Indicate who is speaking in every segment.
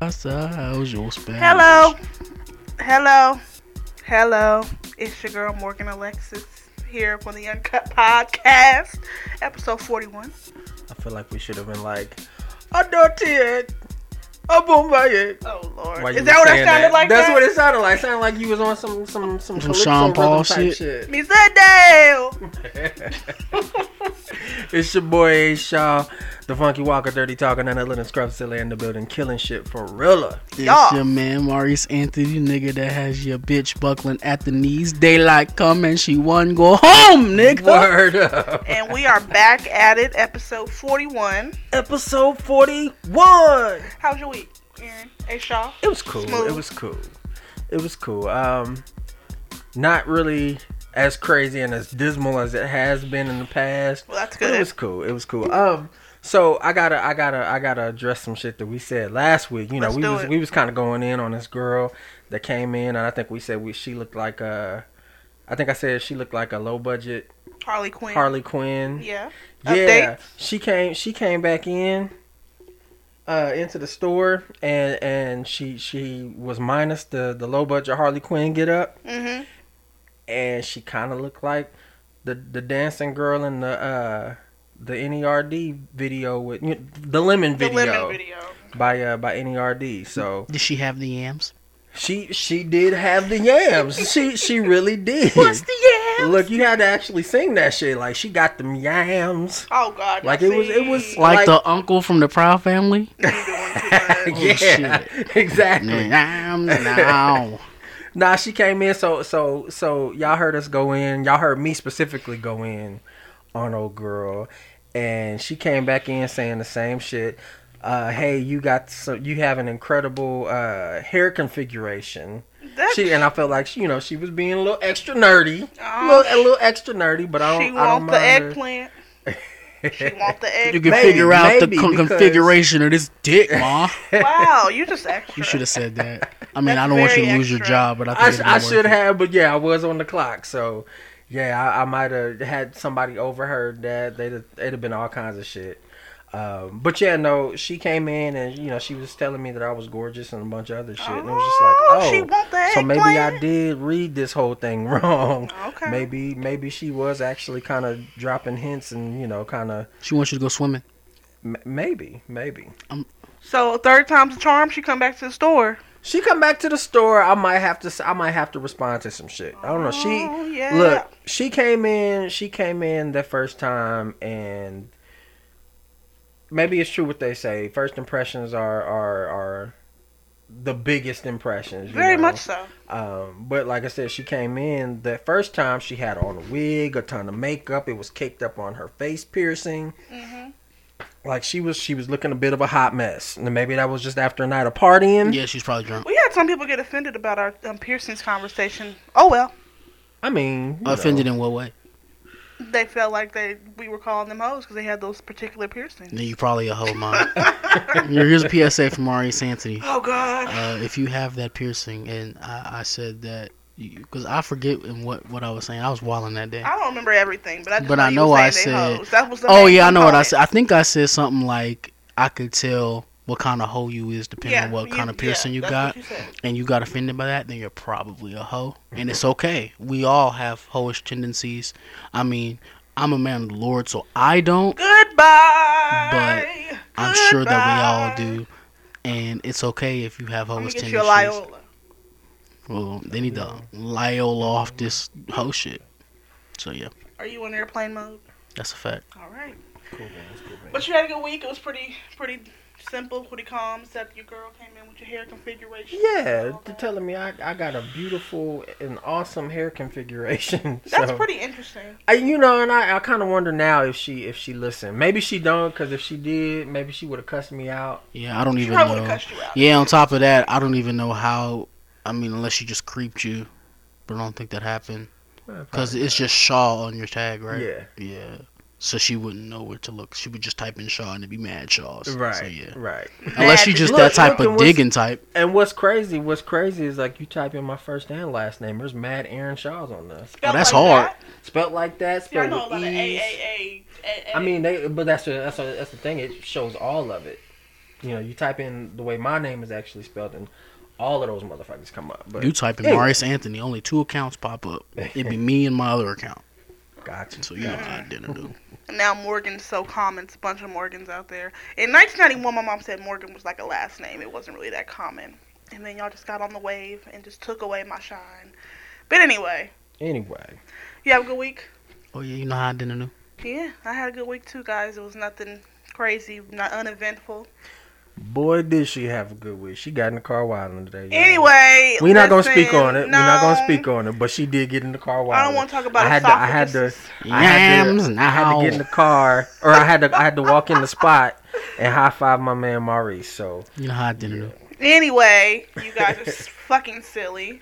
Speaker 1: passar os meus pés.
Speaker 2: Hello. Hello. Hello. It's your girl Morgan Alexis here on the Uncut Podcast, episode 41.
Speaker 3: I feel like we should have been like,
Speaker 2: Adopted.
Speaker 3: oh boom, by it.
Speaker 2: Oh, Lord.
Speaker 3: Why you
Speaker 2: Is that what I
Speaker 3: saying
Speaker 2: sounded like?
Speaker 3: That's
Speaker 2: that?
Speaker 3: what it sounded like. sounded like you was on some some some,
Speaker 1: Some
Speaker 3: calypso
Speaker 1: Sean Paul
Speaker 3: rhythm type
Speaker 1: shit.
Speaker 2: Me said, Dale.
Speaker 3: it's your boy A. Shaw, the Funky Walker, Dirty Talker, none other than Scrub Silly in the building, killing shit for real.
Speaker 1: It's
Speaker 2: y'all.
Speaker 1: your man Maurice Anthony, you nigga that has your bitch buckling at the knees. Daylight come and she one go home, nigga.
Speaker 3: Word up.
Speaker 2: and we are back at it, episode 41.
Speaker 3: Episode forty-one.
Speaker 2: How's your week, Aaron? Hey, Shaw.
Speaker 3: It was cool.
Speaker 2: Smooth.
Speaker 3: It was cool. It was cool. Um, not really as crazy and as dismal as it has been in the past.
Speaker 2: Well, that's
Speaker 3: But
Speaker 2: good.
Speaker 3: it was cool. It was cool. Um, so I gotta, I gotta, I gotta address some shit that we said last week. You know,
Speaker 2: Let's
Speaker 3: we
Speaker 2: do
Speaker 3: was
Speaker 2: it.
Speaker 3: we was kind of going in on this girl that came in, and I think we said we she looked like a. I think I said she looked like a low budget
Speaker 2: Harley Quinn.
Speaker 3: Harley Quinn.
Speaker 2: Yeah.
Speaker 3: Yeah,
Speaker 2: Update.
Speaker 3: she came. She came back in, uh, into the store, and and she she was minus the the low budget Harley Quinn get up,
Speaker 2: Mm-hmm.
Speaker 3: and she kind of looked like the the dancing girl in the uh the Nerd video with you know, the lemon
Speaker 2: The
Speaker 3: video,
Speaker 2: lemon video.
Speaker 3: by uh by Nerd. So
Speaker 1: Did she have the yams?
Speaker 3: she she did have the yams. she she really did.
Speaker 2: What's the yeah?
Speaker 3: Look, you had to actually sing that shit. Like she got them yams.
Speaker 2: Oh, God.
Speaker 3: Like,
Speaker 2: y'all
Speaker 3: it was- it was-
Speaker 2: see?
Speaker 1: Like,
Speaker 3: Like-
Speaker 1: the uncle from the Proud Family?
Speaker 2: You doing too much.
Speaker 3: yeah, exactly.
Speaker 1: Yams now.
Speaker 3: Nah, she came in. So so so y'all heard us go in. Y'all heard me specifically go in on old girl, and she came back in saying the same shit. Uh, hey, you got so you have an incredible uh, hair configuration.
Speaker 2: That
Speaker 3: She and I felt like she, you know she was being a little extra nerdy, a
Speaker 2: Oh,
Speaker 3: little, a little extra nerdy, but I don't.
Speaker 2: she
Speaker 3: I don't
Speaker 2: want the
Speaker 3: mind her.
Speaker 2: eggplant. She want the
Speaker 1: You
Speaker 2: egg.
Speaker 1: can
Speaker 3: Maybe,
Speaker 1: figure out the
Speaker 3: maybe,
Speaker 1: con-
Speaker 3: because-
Speaker 1: configuration of this dick, ma.
Speaker 2: Wow, you just extra.
Speaker 1: You should have said that. I mean,
Speaker 2: That's
Speaker 1: I don't want you
Speaker 2: very
Speaker 1: to lose your
Speaker 2: extra.
Speaker 1: job, but I think
Speaker 3: I,
Speaker 1: it'd
Speaker 3: sh-
Speaker 1: be
Speaker 3: I
Speaker 1: worth
Speaker 3: should
Speaker 1: it.
Speaker 3: have, but yeah, I was on the clock. So, yeah, I, I might have had somebody overheard that. They'd have, they'd have been all kinds of shit. Um, but yeah, no, she came in and you know she was telling me that I was gorgeous and a bunch of other shit, and it was
Speaker 2: she
Speaker 3: just like, oh,
Speaker 2: want the eggplant.
Speaker 3: so maybe I did read this whole thing wrong.
Speaker 2: Okay.
Speaker 3: Maybe maybe she was actually kind of dropping hints and you know kind of
Speaker 1: She wants you to go swimming.
Speaker 3: m- maybe maybe.
Speaker 2: So third time's a charm. She come back to the store.
Speaker 3: She come back to the store. I might have to. s- I might have to respond to some shit. I don't know. She
Speaker 2: Oh, yeah.
Speaker 3: look. She came in. She came in the first time, and maybe it's true what they say. First impressions are are are the biggest impressions. you
Speaker 2: Very
Speaker 3: know?
Speaker 2: much so.
Speaker 3: Um, but like I said, she came in the first time. She had on a wig, a ton of makeup. It was caked up on her face piercing.
Speaker 2: Mhm.
Speaker 3: Like she was. She was looking a bit of a hot mess. And maybe that was just after a night of partying.
Speaker 1: Yeah, she's probably drunk.
Speaker 2: We had some people get offended about our um, piercings conversation. Oh well,
Speaker 3: I mean, you know.
Speaker 1: Offended in what way?
Speaker 2: they felt like they we were calling them hoes because they had those particular piercings.
Speaker 1: Then you probably a hoe, ma. Here's a PSA from Maurice Santity.
Speaker 2: Oh God.
Speaker 1: Uh, if you have that piercing, and I, I said that because I forget in what what I was saying. I was wilding that day.
Speaker 2: I don't remember everything, but I just
Speaker 1: But
Speaker 2: know
Speaker 1: I
Speaker 2: you
Speaker 1: know
Speaker 2: were
Speaker 1: I
Speaker 2: saying they
Speaker 1: said-
Speaker 2: hoes. That was the
Speaker 1: Oh
Speaker 2: main
Speaker 1: yeah, I know what I
Speaker 2: component.
Speaker 1: said. I think I said something like I could tell what kind of hoe you is depending on what
Speaker 2: you-
Speaker 1: kind of piercing
Speaker 2: yeah,
Speaker 1: you
Speaker 2: that's
Speaker 1: got,
Speaker 2: what you said.
Speaker 1: and you got offended by that, then you're probably a hoe,
Speaker 2: Mm-hmm.
Speaker 1: and it's okay. We all have hoish tendencies. I mean, I'm a man of the Lord, so I don't.
Speaker 2: Goodbye. But
Speaker 1: I'm sure that we all do, and it's okay if you have
Speaker 2: I'm
Speaker 1: hoish
Speaker 2: gonna get
Speaker 1: tendencies.
Speaker 2: you a Loyola.
Speaker 1: Well, they need to Lyle off this whole shit. So yeah,
Speaker 2: Are you in airplane mode?
Speaker 1: that's a fact.
Speaker 2: All right.
Speaker 3: Cool beans, cool beans.
Speaker 2: But you had a good week. It was pretty pretty simple, pretty calm. Except your girl came in with your hair configuration.
Speaker 3: Yeah,
Speaker 2: and all
Speaker 3: they're
Speaker 2: that.
Speaker 3: telling me I, I got a beautiful and awesome hair configuration.
Speaker 2: That's
Speaker 3: so,
Speaker 2: pretty interesting.
Speaker 3: I, you know, and I, I kind of wonder now if she if she listened. Maybe she don't, cause if she did, maybe she would have cussed me out.
Speaker 1: Yeah, I don't
Speaker 2: She
Speaker 1: even
Speaker 2: probably would have
Speaker 1: know.
Speaker 2: cussed you out.
Speaker 1: Yeah, on top of that, I don't even know how. I mean, unless she just creeped you, but I don't think that happened because it's just Shaw on your tag, right?
Speaker 3: Yeah.
Speaker 1: Yeah. So she wouldn't know where to look. She would just type in Shaw and it'd be Mad Shaws.
Speaker 3: Right,
Speaker 1: So yeah.
Speaker 3: right.
Speaker 1: Unless you
Speaker 2: Mad-
Speaker 1: just
Speaker 3: Look,
Speaker 1: that type
Speaker 3: look,
Speaker 1: of
Speaker 3: it was-
Speaker 1: digging type.
Speaker 3: And what's crazy? What's crazy is like you type in my first and last name. There's Mad Aaron Shaw's on this.
Speaker 2: Felt
Speaker 1: that's
Speaker 2: like
Speaker 1: hard.
Speaker 2: that.
Speaker 3: Spelt like that.
Speaker 2: Yeah, I
Speaker 3: Spelled
Speaker 2: know a lot
Speaker 3: with E,
Speaker 2: of
Speaker 3: E's.
Speaker 2: A A A.
Speaker 3: I mean, they, but that's the, that's the, that's the thing. It shows all of it. You know, you type in the way my name is actually spelled, and all of those motherfuckers come up. But
Speaker 1: You type in
Speaker 3: Anyway.
Speaker 1: Marius Anthony, only two accounts pop up. It'd be me and my other account.
Speaker 3: gotcha.
Speaker 1: So you know how dinner do.
Speaker 2: Now Morgan's so common. It's a bunch of Morgans out there. In 1991, my mom said Morgan was like a last name. It wasn't really that common. And then y'all just got on the wave and just took away my shine. But anyway,
Speaker 3: Anyway,
Speaker 2: you have a good week?
Speaker 1: Oh yeah, you know how dinner do.
Speaker 2: Yeah, I had a good week too, guys. It was nothing crazy, not uneventful.
Speaker 3: boy, did she have a good week. She got in the car wilding today. y'all.
Speaker 2: Anyway,
Speaker 3: We're not gonna
Speaker 2: listen,
Speaker 3: speak on it. We're not
Speaker 2: no,
Speaker 3: gonna speak on it. But she did get in the car wilding.
Speaker 2: I don't want to talk about
Speaker 3: I had to. I had to.
Speaker 2: esophagus.
Speaker 3: I had to-
Speaker 1: Yams
Speaker 3: I had to get in the car, or I had to. I had to walk in the spot and high five my man Maurice. So
Speaker 1: You know how dinner do.
Speaker 2: Anyway, you guys are s- fucking silly.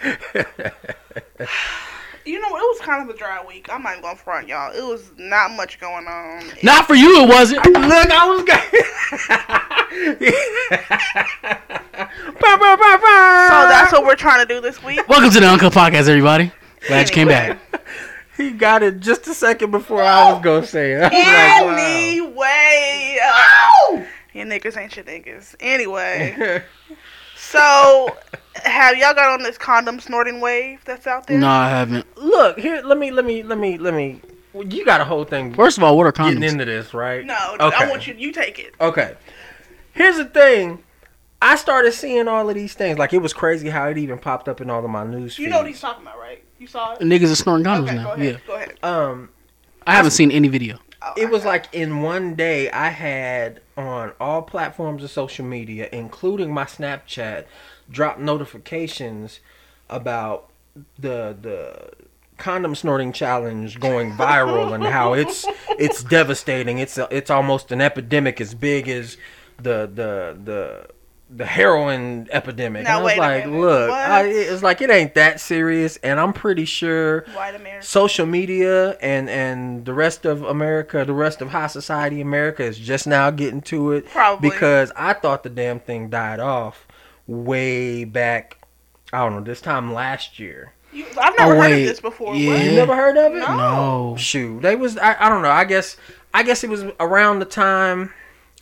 Speaker 2: You know, it was kind of a dry week. I'm not even gonna front y'all. It was not much going on.
Speaker 1: Not for you, it wasn't.
Speaker 3: Look, I was going.
Speaker 2: So that's what we're trying to do this week.
Speaker 1: Welcome to the Uncle Podcast, everybody. Glad you came back.
Speaker 3: he got it just a second before I was gonna say it. I was like,
Speaker 2: Anyway, oh! you niggas ain't your niggas. Anyway,
Speaker 3: wow.
Speaker 2: so have y'all got on this condom snorting wave that's out there?
Speaker 1: No, I haven't.
Speaker 3: Look here. Let me. Let me. Let me. Let me. well, You got a whole thing
Speaker 1: First of all, what are
Speaker 3: getting
Speaker 1: condoms?
Speaker 3: into this, right?
Speaker 2: no. I
Speaker 3: Okay.
Speaker 2: want you. You take it.
Speaker 3: Okay. Here's the thing. I started seeing all of these things. Like it was crazy how it even popped up in all of my news feeds.
Speaker 2: You know what he's talking about, right? You saw it.
Speaker 1: Niggas are snorting condoms
Speaker 2: Okay, go
Speaker 1: now.
Speaker 2: ahead.
Speaker 1: Yeah,
Speaker 2: Go ahead.
Speaker 3: um,
Speaker 1: I haven't seen any video.
Speaker 2: Oh,
Speaker 3: it was like in one day I had on all platforms of social media, including my Snapchat, drop notifications about the the condom snorting challenge going viral and how it's it's devastating. It's a, it's almost an epidemic as big as the the the the heroin epidemic.
Speaker 2: Now,
Speaker 3: and I was
Speaker 2: wait a
Speaker 3: like,
Speaker 2: minute.
Speaker 3: look,
Speaker 2: What?
Speaker 3: I, it's like it ain't that serious, and I'm pretty sure
Speaker 2: white America.
Speaker 3: social media and and the rest of America, the rest of high society America is just now getting to it.
Speaker 2: Probably.
Speaker 3: because I thought the damn thing died off way back. I don't know this time last year.
Speaker 2: You, I've never
Speaker 1: Oh,
Speaker 2: heard of
Speaker 1: wait.
Speaker 2: this before.
Speaker 1: Yeah.
Speaker 3: You never heard of it?
Speaker 2: No.
Speaker 1: No.
Speaker 3: Shoot, they was I, I don't know. I guess I guess it was around the time,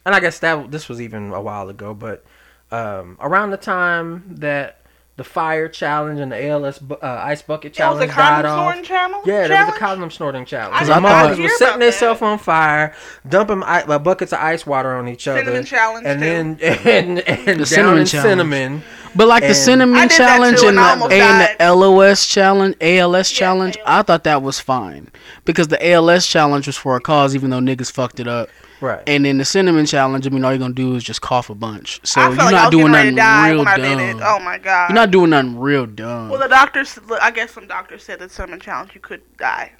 Speaker 3: and I guess that this was even a while ago, but um, around the time that the fire challenge and the ALS bu- uh, ice bucket
Speaker 2: What? It was
Speaker 3: challenge
Speaker 2: a
Speaker 3: died
Speaker 2: condom
Speaker 3: off.
Speaker 2: snorting channel.
Speaker 3: Yeah, there
Speaker 2: challenge?
Speaker 3: was a condom snorting challenge.
Speaker 2: I
Speaker 3: Because
Speaker 1: did not
Speaker 3: motherfuckers
Speaker 2: hear
Speaker 3: was setting
Speaker 2: about that.
Speaker 3: themselves on fire, dumping i- uh, buckets of ice water on each other,
Speaker 2: Cinnamon challenge.
Speaker 3: and
Speaker 2: too.
Speaker 3: then and and
Speaker 1: The
Speaker 3: down
Speaker 1: cinnamon
Speaker 3: in
Speaker 1: challenge.
Speaker 3: cinnamon.
Speaker 1: But like
Speaker 3: And-
Speaker 1: the
Speaker 2: I
Speaker 1: cinnamon
Speaker 2: did that
Speaker 1: challenge
Speaker 2: too,
Speaker 1: and,
Speaker 2: and I
Speaker 1: the,
Speaker 2: almost
Speaker 1: and the LOS challenge, ALS challenge,
Speaker 2: ALS.
Speaker 1: I thought that was fine because the ALS challenge was for a cause, even though niggas fucked it up.
Speaker 3: Right.
Speaker 1: And then the cinnamon challenge, I mean, all you're gonna do is just cough a bunch. So
Speaker 2: I
Speaker 1: you're
Speaker 2: felt like I
Speaker 1: not
Speaker 2: was getting
Speaker 1: doing
Speaker 2: ready to
Speaker 1: nothing
Speaker 2: die
Speaker 1: real
Speaker 2: when I did it.
Speaker 1: dumb.
Speaker 2: Oh my god.
Speaker 1: You're not doing nothing real dumb.
Speaker 2: well, the doctors. look, I guess some doctors said that cinnamon challenge you could die.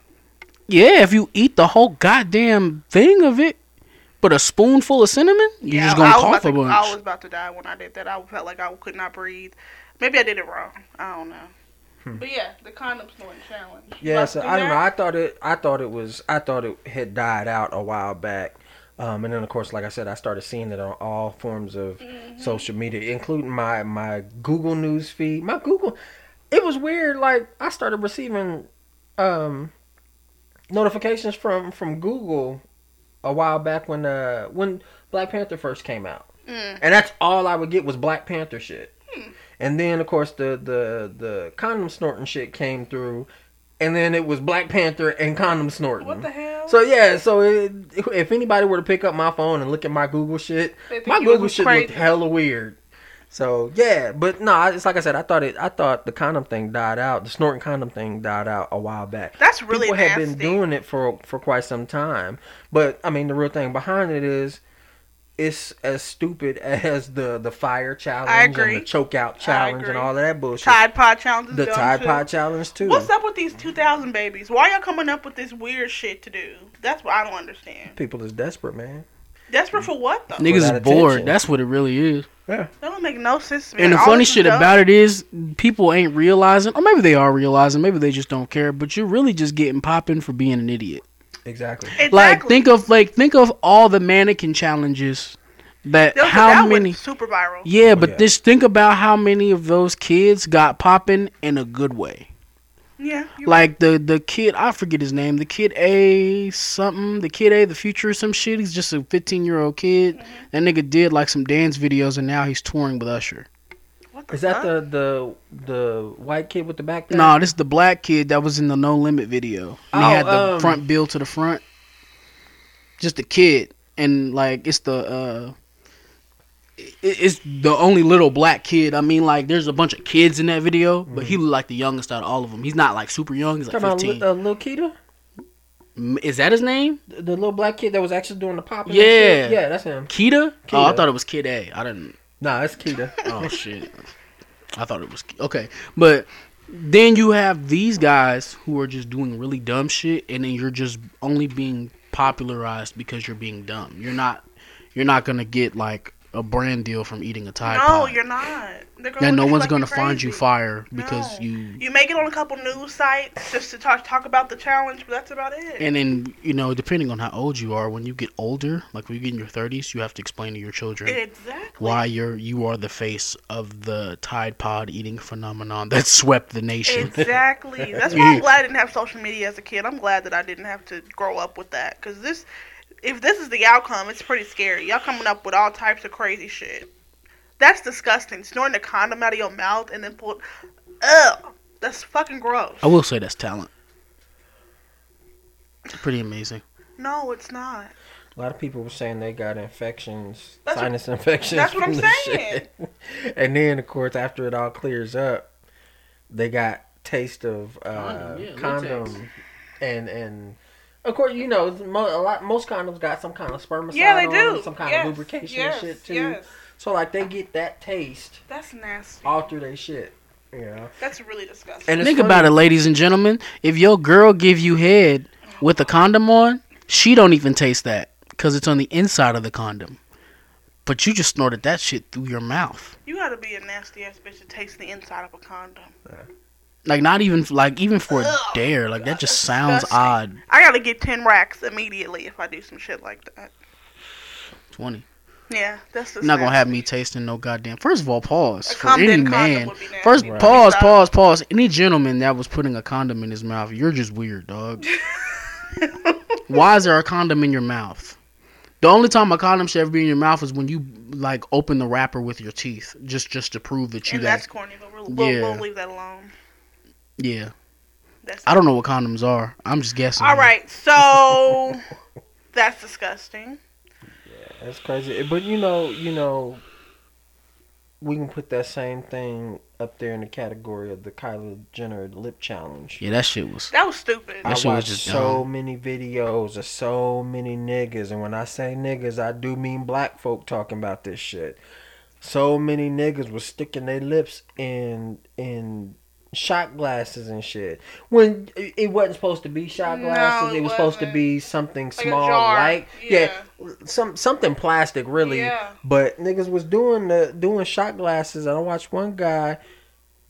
Speaker 1: yeah, if you eat the whole goddamn thing of it, but a spoonful of cinnamon, you're just gonna
Speaker 2: I was
Speaker 1: cough
Speaker 2: about
Speaker 1: a
Speaker 2: to,
Speaker 1: bunch.
Speaker 2: I was about to die when I did that. I felt like I could not breathe. Maybe I did it wrong. I don't know. But yeah, the condom snorting challenge. You
Speaker 3: Hmm. Yeah,
Speaker 2: about
Speaker 3: so
Speaker 2: to do
Speaker 3: I don't know.
Speaker 2: that?
Speaker 3: I thought it. I thought it was. I thought it had died out a while back. Um, and then of course, like I said, I started seeing it on all forms of
Speaker 2: Mm-hmm.
Speaker 3: social media, including my my Google News feed. My Google, it was weird. Like I started receiving um, notifications from from Google a while back when uh when Black Panther first came out,
Speaker 2: Mm. Hmm.
Speaker 3: and that's all I would get was Black Panther shit. And then of course the the the condom snorting shit came through, and then it was Black Panther and condom snorting.
Speaker 2: What the hell?
Speaker 3: So yeah, so it, if anybody were to pick up my phone and look at my Google shit,
Speaker 2: They think
Speaker 3: my
Speaker 2: you
Speaker 3: Google
Speaker 2: was
Speaker 3: shit
Speaker 2: crazy.
Speaker 3: looked hella weird. So yeah, but no, I- it's like I said, I thought it. I thought the condom thing died out. The snorting condom thing died out a while back
Speaker 2: That's really
Speaker 3: people
Speaker 2: nasty.
Speaker 3: have been doing it for for quite some time. But I mean, the real thing behind it is it's as stupid as the the fire challenge and
Speaker 2: agree.
Speaker 3: the choke out challenge and
Speaker 2: agree.
Speaker 3: all of that bullshit.
Speaker 2: Tide Pod challenge. is
Speaker 3: the
Speaker 2: dumb
Speaker 3: Tide
Speaker 2: too.
Speaker 3: Pod challenge too.
Speaker 2: What's up with these 2000 babies? Why y'all coming up with this weird shit to do? That's what I don't understand.
Speaker 3: People is desperate, man.
Speaker 2: Desperate for what though?
Speaker 1: Niggas
Speaker 3: Without
Speaker 1: is bored.
Speaker 3: attention.
Speaker 1: That's what it really is.
Speaker 2: That don't make no sense to me.
Speaker 1: And the
Speaker 2: All
Speaker 1: funny
Speaker 2: this is
Speaker 1: shit
Speaker 2: dumb.
Speaker 1: about it is people ain't realizing, or maybe they are realizing, maybe they just don't care. But you're really just getting popping for being an idiot.
Speaker 3: Exactly.
Speaker 2: exactly.
Speaker 1: Like think of like think of all the mannequin challenges that
Speaker 2: Those- that
Speaker 1: how
Speaker 2: went
Speaker 1: many.
Speaker 2: super viral?
Speaker 1: Yeah,
Speaker 3: Oh,
Speaker 1: but
Speaker 3: yeah.
Speaker 1: just think about how many of those kids got popping in a good way.
Speaker 2: Yeah. you're right.
Speaker 1: Like the the kid, I forget his name. The kid A something. The kid A, the future or some shit. He's just a 15 year old kid. That nigga did like some dance videos, and now he's touring with Usher.
Speaker 2: What
Speaker 3: Is that
Speaker 2: fuck?
Speaker 3: the the the white kid with the backpack?
Speaker 1: No, this is the black kid that was in the No Limit video. And he
Speaker 3: Oh,
Speaker 1: had the
Speaker 3: um,
Speaker 1: front bill to the front. Just a kid, and like it's the uh, i- it's the only little black kid. I mean, like there's a bunch of kids in that video, but he looked like the youngest out of all of them. He's not like super young. He's like
Speaker 3: Mm-hmm. Talking about
Speaker 1: 15.
Speaker 3: Lil- uh, Lil Keita,
Speaker 1: M- Is that his name?
Speaker 3: the, the little black kid that was actually doing the pop. and
Speaker 1: Yeah.
Speaker 3: shit? yeah, that's him.
Speaker 1: Kita? Oh, I
Speaker 3: Keita.
Speaker 1: thought it was Kid A. I didn't.
Speaker 3: Nah, that's Keita.
Speaker 1: Oh shit. I thought it was okay, but then you have these guys who are just doing really dumb shit, and then you're just only being popularized because you're being dumb. You're not. You're not gonna get like a brand deal from eating a Tide
Speaker 2: No,
Speaker 1: Pod.
Speaker 2: you're not. They're gonna
Speaker 1: Yeah,
Speaker 2: look
Speaker 1: no
Speaker 2: at you
Speaker 1: one's
Speaker 2: like
Speaker 1: gonna
Speaker 2: you're
Speaker 1: find you
Speaker 2: crazy.
Speaker 1: fire because
Speaker 2: No.
Speaker 1: you.
Speaker 2: You make it on a couple news sites just to talk talk about the challenge, but that's about it.
Speaker 1: And then you know, depending on how old you are, when you get older, like when you get in your thirties, you have to explain to your children
Speaker 2: exactly.
Speaker 1: why you're you are the face of the Tide Pod eating phenomenon that swept the nation.
Speaker 2: Exactly. That's why I'm
Speaker 1: Yeah.
Speaker 2: glad I didn't have social media as a kid. I'm glad that I didn't have to grow up with that. Because this, if this is the outcome, it's pretty scary. Y'all coming up with all types of crazy shit. That's disgusting. Snorting a condom out of your mouth and then pull. Ugh. That's fucking gross.
Speaker 1: I will say that's talent. It's pretty amazing.
Speaker 2: No, it's not.
Speaker 3: A lot of people were saying they got infections,
Speaker 2: That's what-
Speaker 3: sinus infections.
Speaker 2: that's what
Speaker 3: from
Speaker 2: I'm
Speaker 3: this shit. and then, of course, after it all clears up, they got taste of uh,
Speaker 1: Condom, yeah, latex.
Speaker 3: condom, and and of course, you know, mo- a lot most condoms got some kind of spermicide,
Speaker 2: yeah, they
Speaker 3: on
Speaker 2: do.
Speaker 3: them, some kind
Speaker 2: Yes,
Speaker 3: of lubrication
Speaker 2: yes,
Speaker 3: and shit too.
Speaker 2: Yes.
Speaker 3: So like they get that taste
Speaker 2: That's nasty.
Speaker 3: all through their shit, you know.
Speaker 2: That's really disgusting.
Speaker 3: And it's
Speaker 1: Think
Speaker 3: funny-
Speaker 1: about it, ladies and gentlemen. If your girl give you head with a condom on, she don't even taste that because it's on the inside of the condom. But you just snorted that shit through your mouth.
Speaker 2: You gotta be a nasty ass bitch to taste the inside of a condom.
Speaker 1: Like not even like even for a
Speaker 2: Ugh,
Speaker 1: dare. Like that just sounds odd.
Speaker 2: disgusting. I gotta get ten racks immediately if I do some shit like that.
Speaker 1: Twenty.
Speaker 2: Yeah, that's just
Speaker 1: You're not gonna
Speaker 2: nasty.
Speaker 1: have me tasting no goddamn. First of all, pause
Speaker 2: A
Speaker 1: for
Speaker 2: condom-
Speaker 1: any
Speaker 2: condom
Speaker 1: man.
Speaker 2: would be nasty.
Speaker 1: First,
Speaker 3: Right.
Speaker 1: pause,
Speaker 2: Stop.
Speaker 1: pause, pause. Any gentleman that was putting a condom in his mouth, you're just weird, dog. Why is there a condom in your mouth? The only time a condom should ever be in your mouth is when you like open the wrapper with your teeth, just just to prove that you
Speaker 2: and
Speaker 1: that
Speaker 2: that's corny, but we'll, we'll,
Speaker 1: Yeah.
Speaker 2: we'll leave that alone.
Speaker 1: yeah.
Speaker 2: That's
Speaker 1: I don't know what condoms are. I'm just guessing.
Speaker 2: All
Speaker 1: here.
Speaker 2: right, so that's disgusting.
Speaker 3: That's crazy. Eh, But you know, you know, we can put that same thing up there in the category of the Kylie Jenner lip challenge.
Speaker 1: Yeah, that shit was.
Speaker 2: That was stupid.
Speaker 1: That
Speaker 3: I
Speaker 1: shit was
Speaker 3: watched
Speaker 1: just
Speaker 3: so many videos of so many niggas, and when I say niggas, I do mean black folk talking about this shit. So many niggas was sticking their lips in in shot glasses and shit when it it wasn't supposed to be shot
Speaker 2: No,
Speaker 3: glasses.
Speaker 2: it
Speaker 3: it was supposed to
Speaker 2: wasn't.
Speaker 3: be something
Speaker 2: a
Speaker 3: small,
Speaker 2: jar.
Speaker 3: like
Speaker 2: Yeah.
Speaker 3: some something plastic, really.
Speaker 2: Yeah.
Speaker 3: But niggas was doing the doing shot glasses, and I watched one guy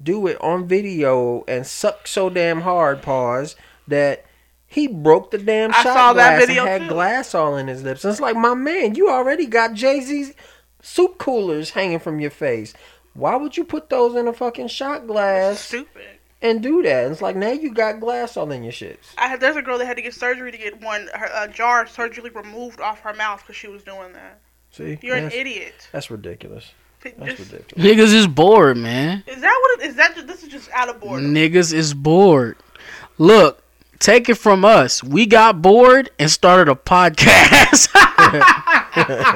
Speaker 3: do it on video and suck so damn hard, pause that he broke the damn
Speaker 2: I
Speaker 3: shot
Speaker 2: saw that
Speaker 3: glass
Speaker 2: video
Speaker 3: and had
Speaker 2: too.
Speaker 3: glass all in his lips. And it's like, my man, you already got Jay Z's soup coolers hanging from your face. Why would you put those in a fucking shot glass
Speaker 2: Stupid.
Speaker 3: and do that? And it's like now you got glass all in your shits.
Speaker 2: I had, there's a girl that had to get surgery to get one her, a jar surgically removed off her mouth because she was doing that.
Speaker 3: See,
Speaker 2: You're
Speaker 3: that's,
Speaker 2: an idiot.
Speaker 3: that's ridiculous. That's
Speaker 2: Just-
Speaker 3: ridiculous.
Speaker 1: Niggas is bored, man.
Speaker 2: is that what it is? That just, this is just out of boredom.
Speaker 1: Niggas is bored. Look, take it from us. We got bored and started a podcast.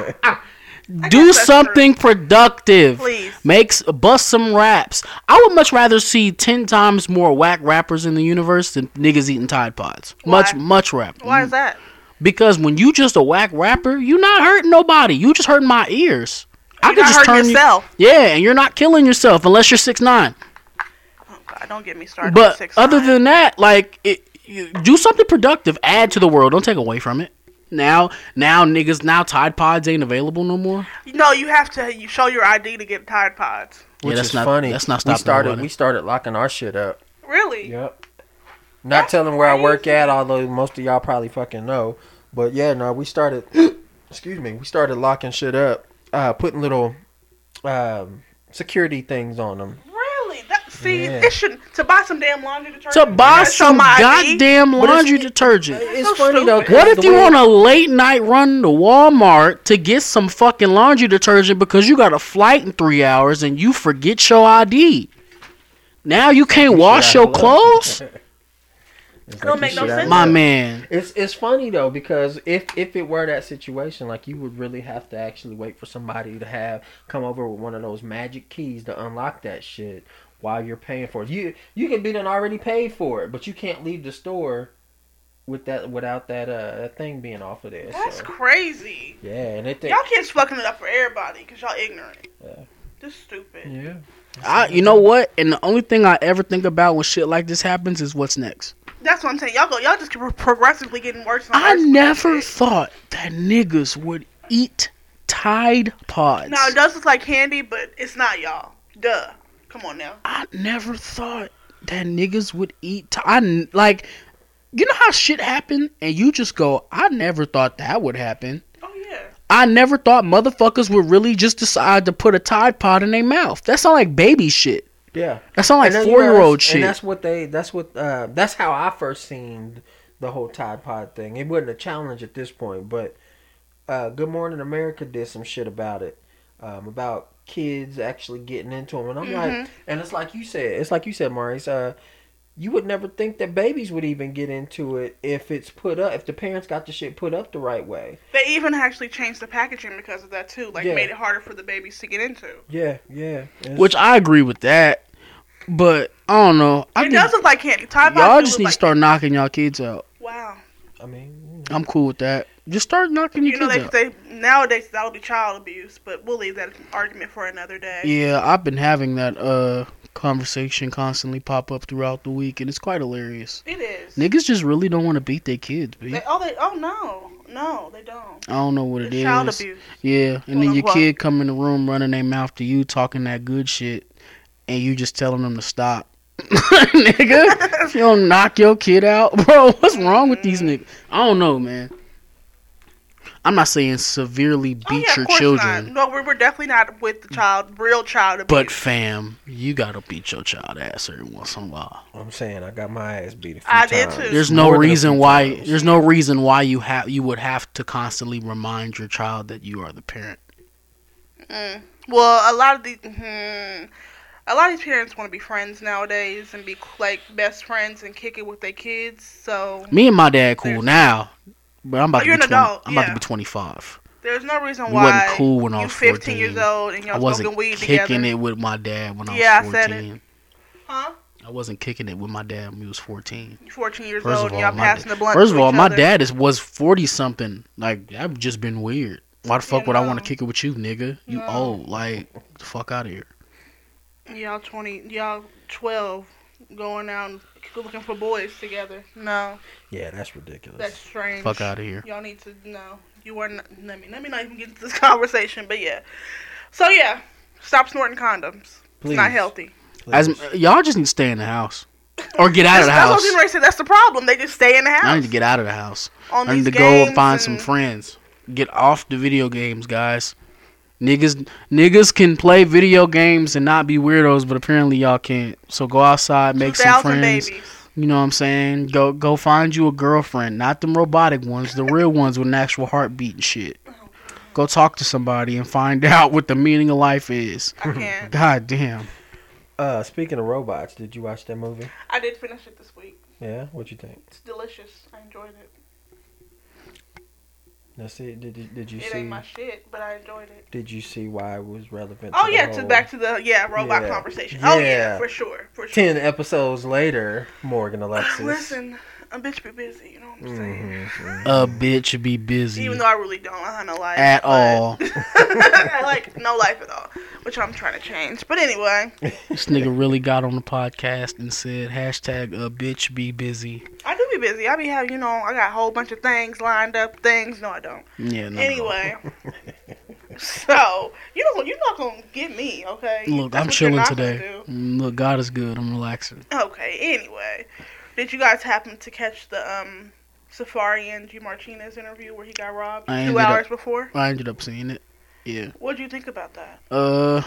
Speaker 1: Do
Speaker 2: that's
Speaker 1: something productive.
Speaker 2: Please.
Speaker 1: Makes bust some raps. I would much rather see ten times more whack rappers in the universe than niggas eating Tide Pods. Much,
Speaker 2: Why?
Speaker 1: much rap.
Speaker 2: Why is that?
Speaker 1: Because when you just a whack rapper, you not hurting nobody. You just hurting my ears. I
Speaker 2: You're not hurting
Speaker 1: you-
Speaker 2: yourself.
Speaker 1: yeah, and you're not killing yourself unless you're six nine
Speaker 2: Oh God, don't get me started.
Speaker 1: but
Speaker 2: six
Speaker 1: other than that, like it, you- do something productive, add to the world. Don't take away from it. Now, now niggas, now Tide Pods ain't available no more.
Speaker 2: no, you have to you show your ID to get Tide Pods.
Speaker 3: Which
Speaker 1: that's
Speaker 3: is
Speaker 1: not-
Speaker 3: funny.
Speaker 1: that's not
Speaker 3: we
Speaker 1: stopping
Speaker 3: started.
Speaker 1: nobody.
Speaker 3: We started locking our shit up.
Speaker 2: Really?
Speaker 3: Yep. Not
Speaker 2: That's
Speaker 3: telling where I work
Speaker 2: crazy.
Speaker 3: at, although most of y'all probably fucking know. But yeah, no, we started. excuse me. We started locking shit up, uh, putting little um, security things on them.
Speaker 2: Really? That's See,
Speaker 3: Yeah.
Speaker 2: it should to buy some damn laundry detergent.
Speaker 1: to buy
Speaker 2: that's on
Speaker 1: some
Speaker 2: my ID.
Speaker 1: goddamn
Speaker 3: But it's-
Speaker 1: laundry detergent.
Speaker 3: It's
Speaker 2: so
Speaker 3: funny though.
Speaker 2: stupid.
Speaker 3: 'cause
Speaker 1: What if
Speaker 3: the
Speaker 1: you
Speaker 3: way-
Speaker 1: on a late night run to Walmart to get some fucking laundry detergent because you got a flight in three hours and you forget your ID? Now you can't wash
Speaker 3: shit
Speaker 1: your
Speaker 3: out of luck.
Speaker 1: clothes?
Speaker 3: It's
Speaker 2: Don't
Speaker 3: like
Speaker 2: make
Speaker 3: you
Speaker 2: no
Speaker 3: shit out of
Speaker 2: sense.
Speaker 1: My
Speaker 3: luck.
Speaker 1: man.
Speaker 3: It's it's funny though because if if it were that situation, like you would really have to actually wait for somebody to have come over with one of those magic keys to unlock that shit while you're paying for it. You you can be done already paid for it, but you can't leave the store with that without that uh that thing being off of there.
Speaker 2: That's
Speaker 3: so.
Speaker 2: crazy.
Speaker 3: Yeah, and it think
Speaker 2: Y'all kids fucking it up for everybody because y'all ignorant.
Speaker 3: Yeah.
Speaker 2: Just stupid.
Speaker 3: yeah.
Speaker 1: I, you know what? And the only thing I ever think about when shit like this happens is what's next.
Speaker 2: That's what I'm saying. Y'all go. Y'all just keep progressively getting worse. And
Speaker 1: I
Speaker 2: worse with
Speaker 1: never
Speaker 2: this shit.
Speaker 1: thought that niggas would eat Tide Pods.
Speaker 2: Now it does look like candy, but it's not y'all. Duh. Come on now.
Speaker 1: I never thought that niggas would eat. T- I n- like, you know how shit happen, and you just go, I never thought that would happen.
Speaker 2: Oh yeah.
Speaker 1: I never thought motherfuckers would really just decide to put a Tide Pod in their mouth. That sound like baby shit.
Speaker 3: Yeah.
Speaker 1: That sound like
Speaker 3: And then,
Speaker 1: four year old
Speaker 3: you know, that's- And
Speaker 1: shit.
Speaker 3: that's what they. That's what. Uh, that's how I first seen the whole Tide Pod thing. It wasn't a challenge at this point, but uh, Good Morning America did some shit about it, um, about kids actually getting into them. And I'm
Speaker 2: Mhm.
Speaker 3: like, and it's like you said, it's like you said, Maurice. Uh, you would never think that babies would even get into it if it's put up, if the parents got the shit put up the right way.
Speaker 2: They even actually changed the packaging because of that too. Like
Speaker 3: Yeah.
Speaker 2: made it harder for the babies to get into.
Speaker 3: Yeah, yeah. It's-
Speaker 1: Which I agree with that, but I don't know. I
Speaker 2: it
Speaker 1: think
Speaker 2: does look like candy. Tide Pods
Speaker 1: y'all
Speaker 2: do
Speaker 1: just
Speaker 2: look
Speaker 1: need to
Speaker 2: like-
Speaker 1: start knocking y'all kids out.
Speaker 2: Wow.
Speaker 3: I mean,
Speaker 1: I'm cool with that. Just start knocking your
Speaker 2: You know
Speaker 1: kids
Speaker 2: they,
Speaker 1: out.
Speaker 2: they nowadays that would be child abuse, but we'll leave that as an argument for another day.
Speaker 1: Yeah, I've been having that uh conversation constantly pop up throughout the week, and it's quite hilarious.
Speaker 2: It is.
Speaker 1: Niggas just really don't want to beat their kids, B.
Speaker 2: They, oh, they. Oh no, no, they don't.
Speaker 1: I don't know what it
Speaker 2: It's
Speaker 1: is.
Speaker 2: child abuse.
Speaker 1: Yeah, and then
Speaker 2: Quote,
Speaker 1: your
Speaker 2: unquote.
Speaker 1: kid come in the room running their mouth to you, talking that good shit, and you just telling them to stop. Nigga, if you don't knock your kid out, bro, what's wrong with these
Speaker 2: Mm.
Speaker 1: niggas? I don't know, man. I'm not saying severely beat
Speaker 2: oh, yeah,
Speaker 1: your
Speaker 2: of course
Speaker 1: children,
Speaker 2: Not. No, we're, we're definitely not with the child, real child abuse.
Speaker 1: but fam, you gotta beat your child ass every once in a while.
Speaker 3: I'm saying I got my ass beat a few
Speaker 2: I did
Speaker 3: times.
Speaker 2: too.
Speaker 1: there's no
Speaker 3: More than a
Speaker 1: reason
Speaker 3: few
Speaker 1: why
Speaker 3: times.
Speaker 1: there's no reason why you have you would have to constantly remind your child that you are the parent.
Speaker 2: Mm. Well, a lot of these, hmm, a lot of these parents want to be friends nowadays and be like best friends and kick it with their kids. So
Speaker 1: Me and my dad cool
Speaker 2: There's-
Speaker 1: now, but I'm about
Speaker 2: Oh, You're
Speaker 1: to be
Speaker 2: an
Speaker 1: 20,
Speaker 2: adult,
Speaker 1: I'm about to
Speaker 2: yeah.
Speaker 1: be 25.
Speaker 2: there's no reason
Speaker 1: We wasn't
Speaker 2: why
Speaker 1: cool when I
Speaker 2: you
Speaker 1: was
Speaker 2: 15
Speaker 1: 14.
Speaker 2: years old and
Speaker 1: I
Speaker 2: y'all
Speaker 1: wasn't
Speaker 2: smoking weed
Speaker 1: kicking
Speaker 2: together.
Speaker 1: it with my dad when I was
Speaker 2: Yeah, I
Speaker 1: 14.
Speaker 2: said it. Huh?
Speaker 1: I wasn't kicking it with my dad when he was 14.
Speaker 2: You 14 years
Speaker 1: First
Speaker 2: old
Speaker 1: of
Speaker 2: and
Speaker 1: all,
Speaker 2: y'all
Speaker 1: my
Speaker 2: passing the blunt.
Speaker 1: First of
Speaker 2: to
Speaker 1: all,
Speaker 2: each
Speaker 1: my
Speaker 2: other.
Speaker 1: dad is was 40 something. Like that just been weird. Why the fuck
Speaker 2: Yeah,
Speaker 1: would I
Speaker 2: no.
Speaker 1: want to kick it with you, nigga? You
Speaker 2: No.
Speaker 1: old. Like get the fuck out of here.
Speaker 2: Y'all 20, y'all 12, going out and looking for boys together. No,
Speaker 3: Yeah, that's ridiculous.
Speaker 2: that's strange.
Speaker 1: Fuck out of here.
Speaker 2: Y'all need to know. You are not, let me let me not even get into this conversation, but yeah. So yeah, stop snorting condoms.
Speaker 3: Please.
Speaker 2: It's not healthy.
Speaker 1: As y'all just need to stay in the house or get out of the
Speaker 2: that's, That's
Speaker 1: house.
Speaker 2: what Gene Ray said. That's the problem. They just stay in the house.
Speaker 1: I need to get out of the house.
Speaker 2: on
Speaker 1: I need
Speaker 2: these
Speaker 1: to go and
Speaker 2: games
Speaker 1: find some friends. Get off the video games, guys. Niggas, niggas can play video games and not be weirdos, but apparently y'all can't. So go outside, make some
Speaker 2: 2000
Speaker 1: friends.
Speaker 2: Babies.
Speaker 1: You know what I'm saying? Go, go find you a girlfriend, not them robotic ones, the real ones with an actual heartbeat and shit. Go talk to somebody and find out what the meaning of life is.
Speaker 2: I can't.
Speaker 1: God damn.
Speaker 3: Uh, speaking of robots, did you watch that movie?
Speaker 2: I did finish it this week.
Speaker 3: Yeah, what you think?
Speaker 2: It's delicious. I enjoyed it.
Speaker 3: That's it. Did did, did you
Speaker 2: it ain't
Speaker 3: see?
Speaker 2: my shit, but I enjoyed it.
Speaker 3: Did you see why it was relevant?
Speaker 2: Oh
Speaker 3: the
Speaker 2: yeah, to
Speaker 3: whole-
Speaker 2: back to the yeah robot
Speaker 3: Yeah.
Speaker 2: conversation. Oh yeah,
Speaker 3: Yeah.
Speaker 2: for sure, for sure. Ah,
Speaker 3: Ten episodes later, Morgan Alexis.
Speaker 2: Listen, a bitch be busy. You know what I'm saying?
Speaker 1: Mm-hmm.
Speaker 3: Mhm, mhm.
Speaker 1: A bitch be busy.
Speaker 2: Even though I really don't, I have no life
Speaker 1: At
Speaker 2: but-
Speaker 1: all.
Speaker 2: I like no life at all, which I'm trying to change. But anyway,
Speaker 1: This nigga really got on the podcast and said hashtag a bitch be busy.
Speaker 2: I do be busy. I be have you know I got a whole bunch of things lined up. Things no, I don't.
Speaker 1: Yeah. No, no.
Speaker 2: anyway, so you know you're not gonna get me, okay?
Speaker 1: Look,
Speaker 2: That's
Speaker 1: I'm
Speaker 2: what you're
Speaker 1: chilling
Speaker 2: not gonna
Speaker 1: today. Mm, Look, God is good. I'm relaxing.
Speaker 2: do. Okay. Anyway, did you guys happen to catch the um Safari and G Martinez interview where he got robbed
Speaker 1: I
Speaker 2: two
Speaker 1: ended up-
Speaker 2: hours before?
Speaker 1: I ended up seeing it. Yeah.
Speaker 2: What would you think about that?
Speaker 1: Uh,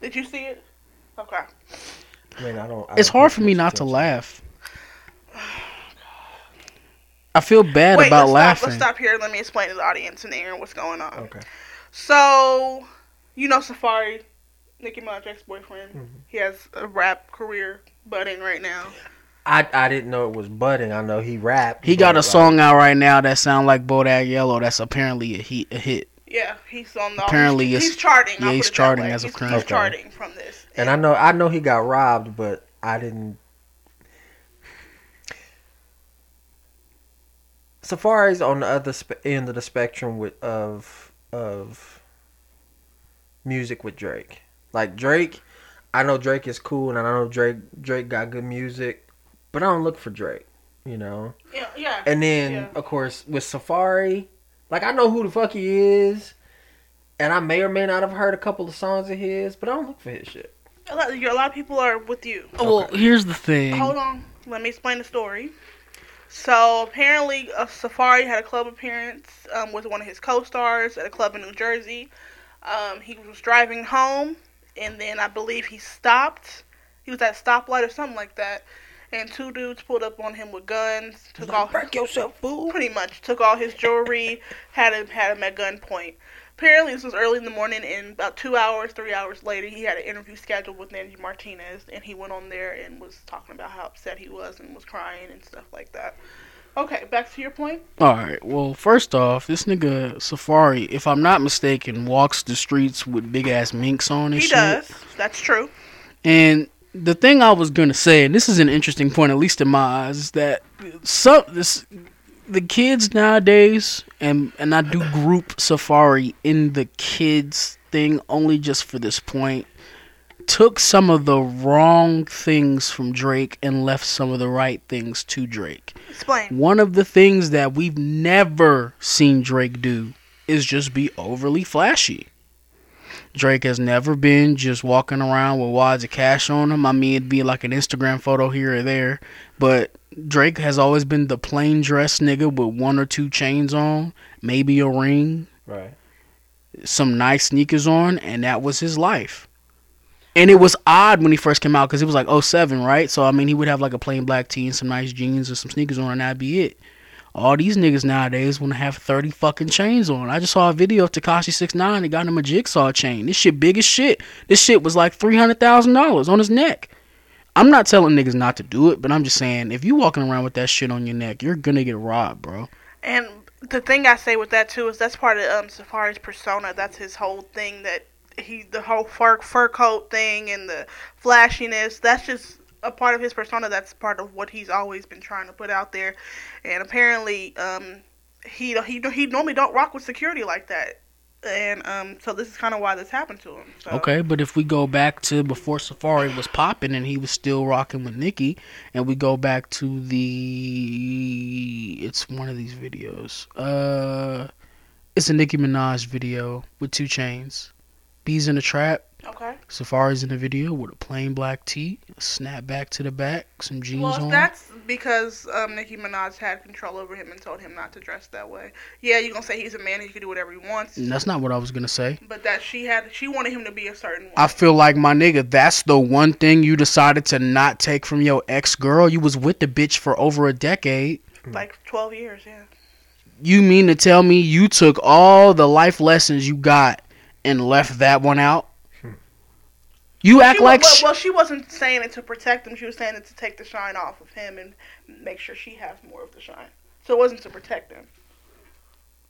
Speaker 2: Did you see it? Okay.
Speaker 3: Man, I don't. I
Speaker 1: It's
Speaker 3: don't
Speaker 1: hard
Speaker 3: pay
Speaker 1: for me
Speaker 3: much
Speaker 1: not to
Speaker 3: attention.
Speaker 1: laugh. I feel bad
Speaker 2: Wait,
Speaker 1: about
Speaker 2: let's
Speaker 1: laughing.
Speaker 2: Stop, let's stop here. Let me explain to the audience and Aaron what's going on.
Speaker 3: Okay.
Speaker 2: So, you know Safari, Nicki Minaj ex boyfriend.
Speaker 3: Mhm.
Speaker 2: He has a rap career budding right now.
Speaker 3: I I didn't know it was budding. I know he rapped.
Speaker 1: He got
Speaker 3: but,
Speaker 1: a
Speaker 3: like,
Speaker 1: song out right now that sound like Bodak Yellow. That's apparently a hit. A hit.
Speaker 2: Yeah, he's on the.
Speaker 1: Apparently
Speaker 2: he's,
Speaker 1: it's-
Speaker 2: he's charting.
Speaker 1: yeah,
Speaker 2: I'll
Speaker 1: he's
Speaker 2: put it that
Speaker 1: charting
Speaker 2: way.
Speaker 1: as of
Speaker 2: He's-
Speaker 1: current.
Speaker 2: He's
Speaker 3: Okay.
Speaker 2: charting from this.
Speaker 3: And I know I know he got robbed, but I didn't. Safari's on the other sp- end of the spectrum with of of music with Drake. Like Drake, I know Drake is cool, and I know Drake Drake got good music, but I don't look for Drake, you know.
Speaker 2: yeah, yeah.
Speaker 3: And then
Speaker 2: Yeah.
Speaker 3: of course with Safari, like I know who the fuck he is, and I may or may not have heard a couple of songs of his, but I don't look for his shit.
Speaker 2: A lot, a lot of people are with you.
Speaker 1: Well, here's the thing.
Speaker 2: Hold on. Let me explain the story. So apparently, uh, Safari had a club appearance um, with one of his co-stars at a club in New Jersey. Um, he was driving home, and then I believe he stopped. He was at a stoplight or something like that, and two dudes pulled up on him with guns, took all
Speaker 3: Break yourself, fool.
Speaker 2: pretty much took all his jewelry, had him had him at gunpoint. Apparently, this was early in the morning, and about two hours, three hours later, he had an interview scheduled with Angie Martinez, and he went on there and was talking about how upset he was and was crying and stuff like that. Okay, back to your point.
Speaker 1: All right. Well, first off, this nigga Safari, if I'm not mistaken, walks the streets with big ass minks on and
Speaker 2: He
Speaker 1: shit.
Speaker 2: does. That's true.
Speaker 1: And the thing I was gonna say, and this is an interesting point, at least in my eyes, is that some this the kids nowadays, and and I do group Safari in the kids thing only just for this point. Took some of the wrong things from Drake and left some of the right things to Drake.
Speaker 2: Explain.
Speaker 1: One of the things that we've never seen Drake do is just be overly flashy. Drake has never been just walking around with wads of cash on him. I mean, it'd be like an Instagram photo here or there, but Drake has always been the plain dressed nigga with one or two chains on, maybe a ring,
Speaker 3: Right.
Speaker 1: some nice sneakers on, and that was his life. And it was odd when he first came out because it was like 07, right? So, I mean, he would have like a plain black tee and some nice jeans and some sneakers on, and that'd be it. All these niggas nowadays want to have 30 fucking chains on. I just saw a video of Takashi 69 that got him a jigsaw chain. This shit big as shit. This shit was like $300,000 on his neck. I'm not telling niggas not to do it, but I'm just saying if you walking around with that shit on your neck, you're gonna get robbed, bro.
Speaker 2: And the thing I say with that too is that's part of um, Safari's persona. That's his whole thing. That he the whole fur fur coat thing and the flashiness. That's just a part of his persona. That's part of what he's always been trying to put out there. And apparently, um, he he he normally don't rock with security like that. And um, so this is kind of why this happened to him. So.
Speaker 1: Okay, but if we go back to before Safari was popping and he was still rocking with Nicki, and we go back to the it's one of these videos. Uh, it's a Nicki Minaj video with two chains. Bees in a trap.
Speaker 2: Okay.
Speaker 1: Safari's in the video with a plain black tee, a snapback to the back, some jeans
Speaker 2: Well,
Speaker 1: on.
Speaker 2: that's because um, Nicki Minaj had control over him and told him not to dress that way. Yeah, you're gonna say he's a man. He can do whatever he wants.
Speaker 1: And that's not what I was gonna say.
Speaker 2: but that she had she wanted him to be a certain way.
Speaker 1: I feel like my nigga, that's the one thing you decided to not take from your ex girl. You was with the bitch for over a decade.
Speaker 2: like twelve years, yeah.
Speaker 1: You mean to tell me you took all the life lessons you got and left that one out?
Speaker 2: Hmm.
Speaker 1: You act
Speaker 2: She wa-
Speaker 1: like
Speaker 2: well,
Speaker 1: sh-
Speaker 2: well, she wasn't saying it to protect him. She was saying it to take the shine off of him and make sure she has more of the shine. So it wasn't to protect him.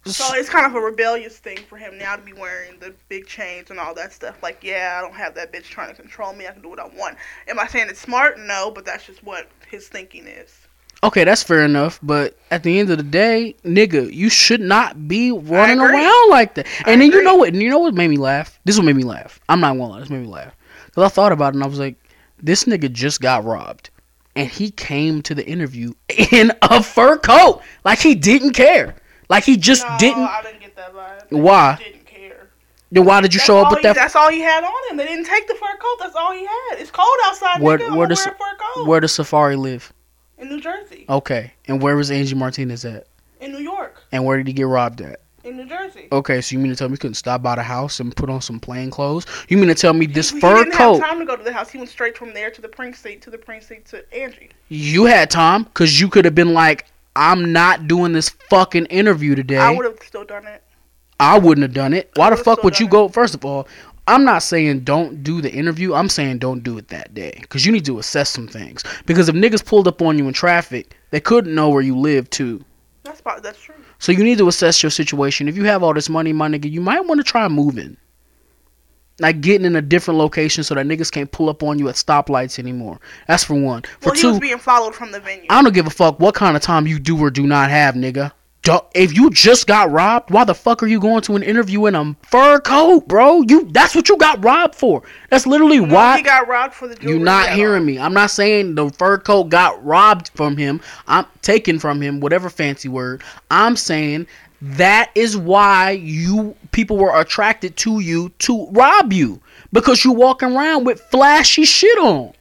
Speaker 2: So it's kind of a rebellious thing for him now to be wearing the big chains and all that stuff. Like, yeah, I don't have that bitch trying to control me. I can do what I want. Am I saying it's smart? No, but that's just what his thinking is.
Speaker 1: okay, that's fair enough. But at the end of the day, nigga, you should not be running
Speaker 2: agree.
Speaker 1: around like that.
Speaker 2: I
Speaker 1: And then you
Speaker 2: agree.
Speaker 1: know what? And you know what made me laugh? This is what made me laugh. I'm not gonna lie. This made me laugh because I thought about it and I was like, this nigga just got robbed, and he came to the interview in a fur coat, like he didn't care, like he just
Speaker 2: No,
Speaker 1: didn't.
Speaker 2: I didn't get that vibe.
Speaker 1: Why?
Speaker 2: He didn't care.
Speaker 1: Then why did you
Speaker 2: That's
Speaker 1: show up
Speaker 2: all
Speaker 1: with
Speaker 2: he-
Speaker 1: that?
Speaker 2: That's all he had on him. They didn't take the fur coat. That's all he had. It's cold outside.
Speaker 1: Where-
Speaker 2: What? Nigga. I'm
Speaker 1: where
Speaker 2: gonna
Speaker 1: does-
Speaker 2: wear a fur coat
Speaker 1: Where does Safari live?
Speaker 2: in New Jersey,
Speaker 1: Okay, and where was Angie Martinez at?
Speaker 2: in New York,
Speaker 1: And where did he get robbed at?
Speaker 2: in New New Jersey.
Speaker 1: Okay, so you mean to tell me you couldn't stop by the house and put on some plain clothes? You mean to tell me this
Speaker 2: He
Speaker 1: fur
Speaker 2: didn't
Speaker 1: coat?
Speaker 2: have time to go to the house. He went straight from there to the precinct, to the precinct, to Angie.
Speaker 1: You had time because you could have been like, I'm not doing this fucking interview today.
Speaker 2: I would have still done it.
Speaker 1: I wouldn't have done it. Why the
Speaker 2: would've
Speaker 1: fuck
Speaker 2: still
Speaker 1: would you
Speaker 2: done
Speaker 1: go? First of all, I'm not saying don't do the interview. I'm saying don't do it that day because you need to assess some things. Because if niggas pulled up on you in traffic, they couldn't know where you live too.
Speaker 2: That's about, that's true.
Speaker 1: So you need to assess your situation. If you have all this money, my nigga, you might want to try moving. Like getting in a different location so that niggas can't pull up on you at stoplights anymore. That's for one. For
Speaker 2: Well, he was
Speaker 1: two,
Speaker 2: being followed from the venue.
Speaker 1: I don't give a fuck what kind of time you do or do not have, nigga. Du- If you just got robbed, why the fuck are you going to an interview in a fur coat, bro? You that's what you got robbed for. That's literally
Speaker 2: No,
Speaker 1: why
Speaker 2: he got robbed for the jewelry.
Speaker 1: you not
Speaker 2: at
Speaker 1: hearing
Speaker 2: all.
Speaker 1: me. I'm not saying the fur coat got robbed from him. I'm taken from him, whatever fancy word. I'm saying that is why you people were attracted to you to rob you because you walking around with flashy shit on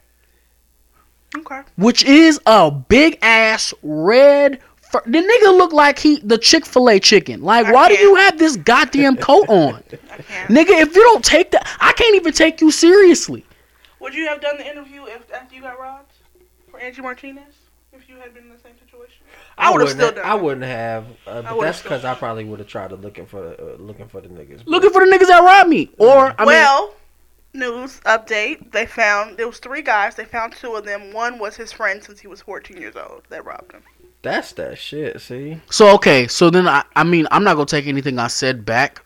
Speaker 2: Okay.
Speaker 1: which is a big ass red. Fur- the nigga look like he the Chick Fil A chicken. Like,
Speaker 2: I
Speaker 1: why do
Speaker 2: can't.
Speaker 1: you have this goddamn coat on,
Speaker 2: I can't.
Speaker 1: nigga? If you don't take that, I can't even take you seriously.
Speaker 2: Would you have done the interview if after you got robbed for Angie Martinez? If you had been in the same situation, I would've
Speaker 3: wouldn't
Speaker 2: still
Speaker 3: ha-
Speaker 2: done
Speaker 3: I
Speaker 2: it.
Speaker 3: wouldn't have. Uh, but
Speaker 2: would've
Speaker 3: that's
Speaker 2: still
Speaker 3: because I
Speaker 2: done it.
Speaker 3: probably would have tried to looking for the uh, looking for the niggas. but-
Speaker 1: Looking for the niggas that robbed me, or I mean,
Speaker 2: well, news update: They found there was three guys. They found two of them. One was his friend since he was 14 years old that robbed him.
Speaker 3: that's that shit. See,
Speaker 1: so okay, so then I, I mean, I'm not gonna take anything I said back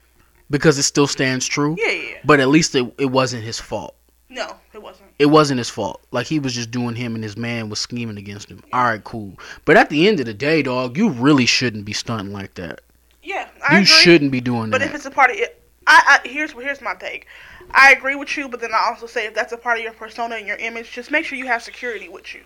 Speaker 1: because it still stands true.
Speaker 2: Yeah, yeah. yeah.
Speaker 1: But at least it, it wasn't his fault.
Speaker 2: No, it wasn't.
Speaker 1: It wasn't his fault. Like he was just doing him, and his man was scheming against him. All right, cool. But at the end of the day, dog, you really shouldn't be stunting like that.
Speaker 2: Yeah, I
Speaker 1: you
Speaker 2: agree.
Speaker 1: shouldn't be doing
Speaker 2: But
Speaker 1: that.
Speaker 2: if it's a part of it, I, I here's here's my take. I agree with you, but then I also say if that's a part of your persona and your image, just make sure you have security with you.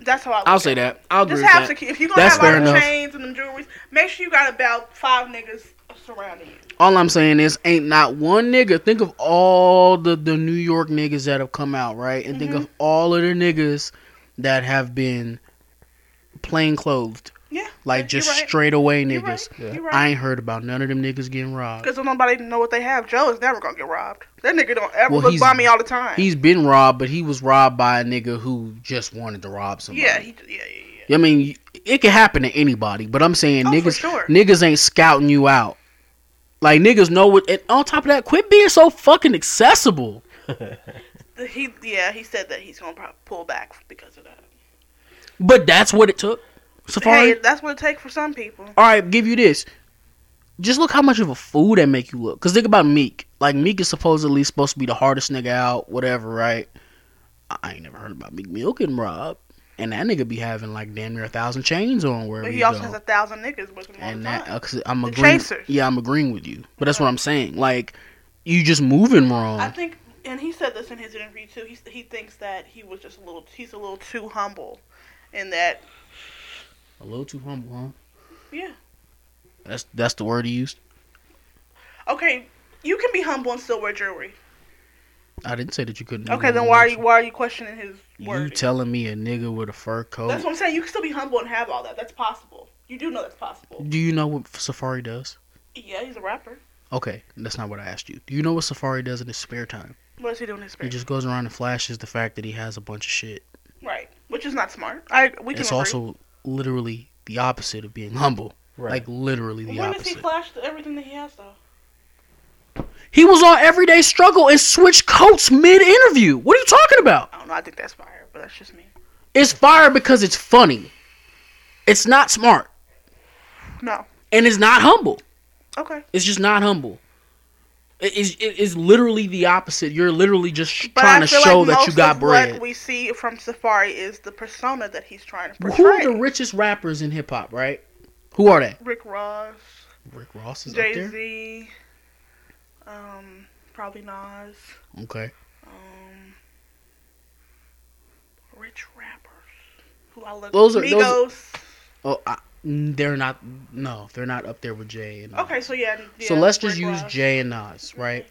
Speaker 2: That's how I. Look
Speaker 1: I'll
Speaker 2: at
Speaker 1: say
Speaker 2: it.
Speaker 1: that. I'll agree
Speaker 2: Just
Speaker 1: with
Speaker 2: have
Speaker 1: that.
Speaker 2: security. If you're gonna
Speaker 1: That's
Speaker 2: have all
Speaker 1: fair
Speaker 2: the
Speaker 1: enough.
Speaker 2: chains and them jewelries, make sure you got about five niggas surrounding you.
Speaker 1: all I'm saying is, ain't not one nigga. Think of all the the New York niggas that have come out, right? And think of
Speaker 2: Mm-hmm.
Speaker 1: all of the niggas that have been plain clothed,
Speaker 2: Yeah.
Speaker 1: like
Speaker 2: you're
Speaker 1: just
Speaker 2: right.
Speaker 1: straight away
Speaker 2: You're
Speaker 1: niggas.
Speaker 2: right. You're
Speaker 1: I
Speaker 2: right.
Speaker 1: ain't heard about none of them niggas getting robbed.
Speaker 2: Because nobody know what they have. Joe is never gonna get robbed. That nigga don't ever
Speaker 1: Well,
Speaker 2: look
Speaker 1: he's-
Speaker 2: by me all the time.
Speaker 1: He's been robbed, but he was robbed by a nigga who just wanted to rob somebody.
Speaker 2: yeah, he, yeah, yeah, yeah.
Speaker 1: I mean, it can happen to anybody, but I'm saying
Speaker 2: Oh, for
Speaker 1: niggas,
Speaker 2: sure.
Speaker 1: niggas ain't scouting you out. Like niggas know what. And on top of that, quit being so fucking accessible.
Speaker 2: The- He, yeah, he said that he's gonna prob- pull back because of that.
Speaker 1: But that's what it took. Safari.
Speaker 2: Hey, that's what it takes for some people.
Speaker 1: All right, give you this. Just look how much of a fool that make you look. Cause think about Meek. Like Meek is supposedly supposed to be the hardest nigga out, whatever, right? I- I ain't never heard about Meek Mill getting robbed, and that nigga be having like damn near a thousand chains on wherever
Speaker 2: But
Speaker 1: he,
Speaker 2: he also
Speaker 1: go.
Speaker 2: has a thousand niggas with him all
Speaker 1: and
Speaker 2: the
Speaker 1: that
Speaker 2: time.
Speaker 1: uh, 'cause I'm
Speaker 2: The
Speaker 1: agreeing.
Speaker 2: chasers.
Speaker 1: Yeah, I'm agreeing with you. But that's what I'm saying. Like, you just moving
Speaker 2: I
Speaker 1: wrong.
Speaker 2: think, and he said this in his interview too. He he thinks that he was just a little. He's a little too humble, and that
Speaker 1: A little too humble, huh?
Speaker 2: yeah,
Speaker 1: That's that's the word he used.
Speaker 2: okay, you can be humble and still wear jewelry.
Speaker 1: I didn't say that you couldn't. do
Speaker 2: Okay,
Speaker 1: that,
Speaker 2: then why are
Speaker 1: bitch.
Speaker 2: you why are you questioning his
Speaker 1: You
Speaker 2: word?
Speaker 1: telling me a nigga with a fur coat?
Speaker 2: That's what I'm saying. You can still be humble and have all that. That's possible. You do know that's possible.
Speaker 1: Do you know what Safari does?
Speaker 2: Yeah, he's a rapper.
Speaker 1: Okay, that's not what I asked you. Do you know what Safari does in his spare time?
Speaker 2: What is he doing in his
Speaker 1: He
Speaker 2: space?
Speaker 1: just goes around and flashes the fact that he has a bunch of shit.
Speaker 2: Right, which is not smart. I we can
Speaker 1: It's
Speaker 2: agree.
Speaker 1: also literally the opposite of being humble.
Speaker 3: right?
Speaker 1: Like literally the
Speaker 2: when does he
Speaker 1: opposite.
Speaker 2: flash the- everything that he has though?
Speaker 1: He was on Everyday Struggle and switched coats mid interview. What are you talking about?
Speaker 2: I don't know. I think that's fire, but that's just me.
Speaker 1: It's fire because it's funny. It's not smart.
Speaker 2: No.
Speaker 1: And it's not humble.
Speaker 2: Okay,
Speaker 1: It's just not humble. It is it is literally the opposite. You're literally just sh-
Speaker 2: but
Speaker 1: trying
Speaker 2: I
Speaker 1: to
Speaker 2: feel
Speaker 1: show
Speaker 2: like
Speaker 1: that
Speaker 2: most
Speaker 1: you got
Speaker 2: of
Speaker 1: bread.
Speaker 2: what we see from Safari is the persona that he's trying to
Speaker 1: Who are
Speaker 2: portray.
Speaker 1: the richest rappers in hip hop, right? Who are they?
Speaker 2: Rick Ross,
Speaker 1: Rick Ross is
Speaker 2: Jay
Speaker 1: up
Speaker 2: Z, um, probably Nas,
Speaker 1: there. Okay.
Speaker 2: um, rich rappers who I love.
Speaker 1: Those are- those
Speaker 2: Migos.
Speaker 1: are- Oh, I, mm, they're not. No, they're not up there with Jay. And Nas.
Speaker 2: Okay, so yeah. yeah,
Speaker 1: so let's just
Speaker 2: Rick
Speaker 1: use
Speaker 2: Ross.
Speaker 1: Jay and Nas, right?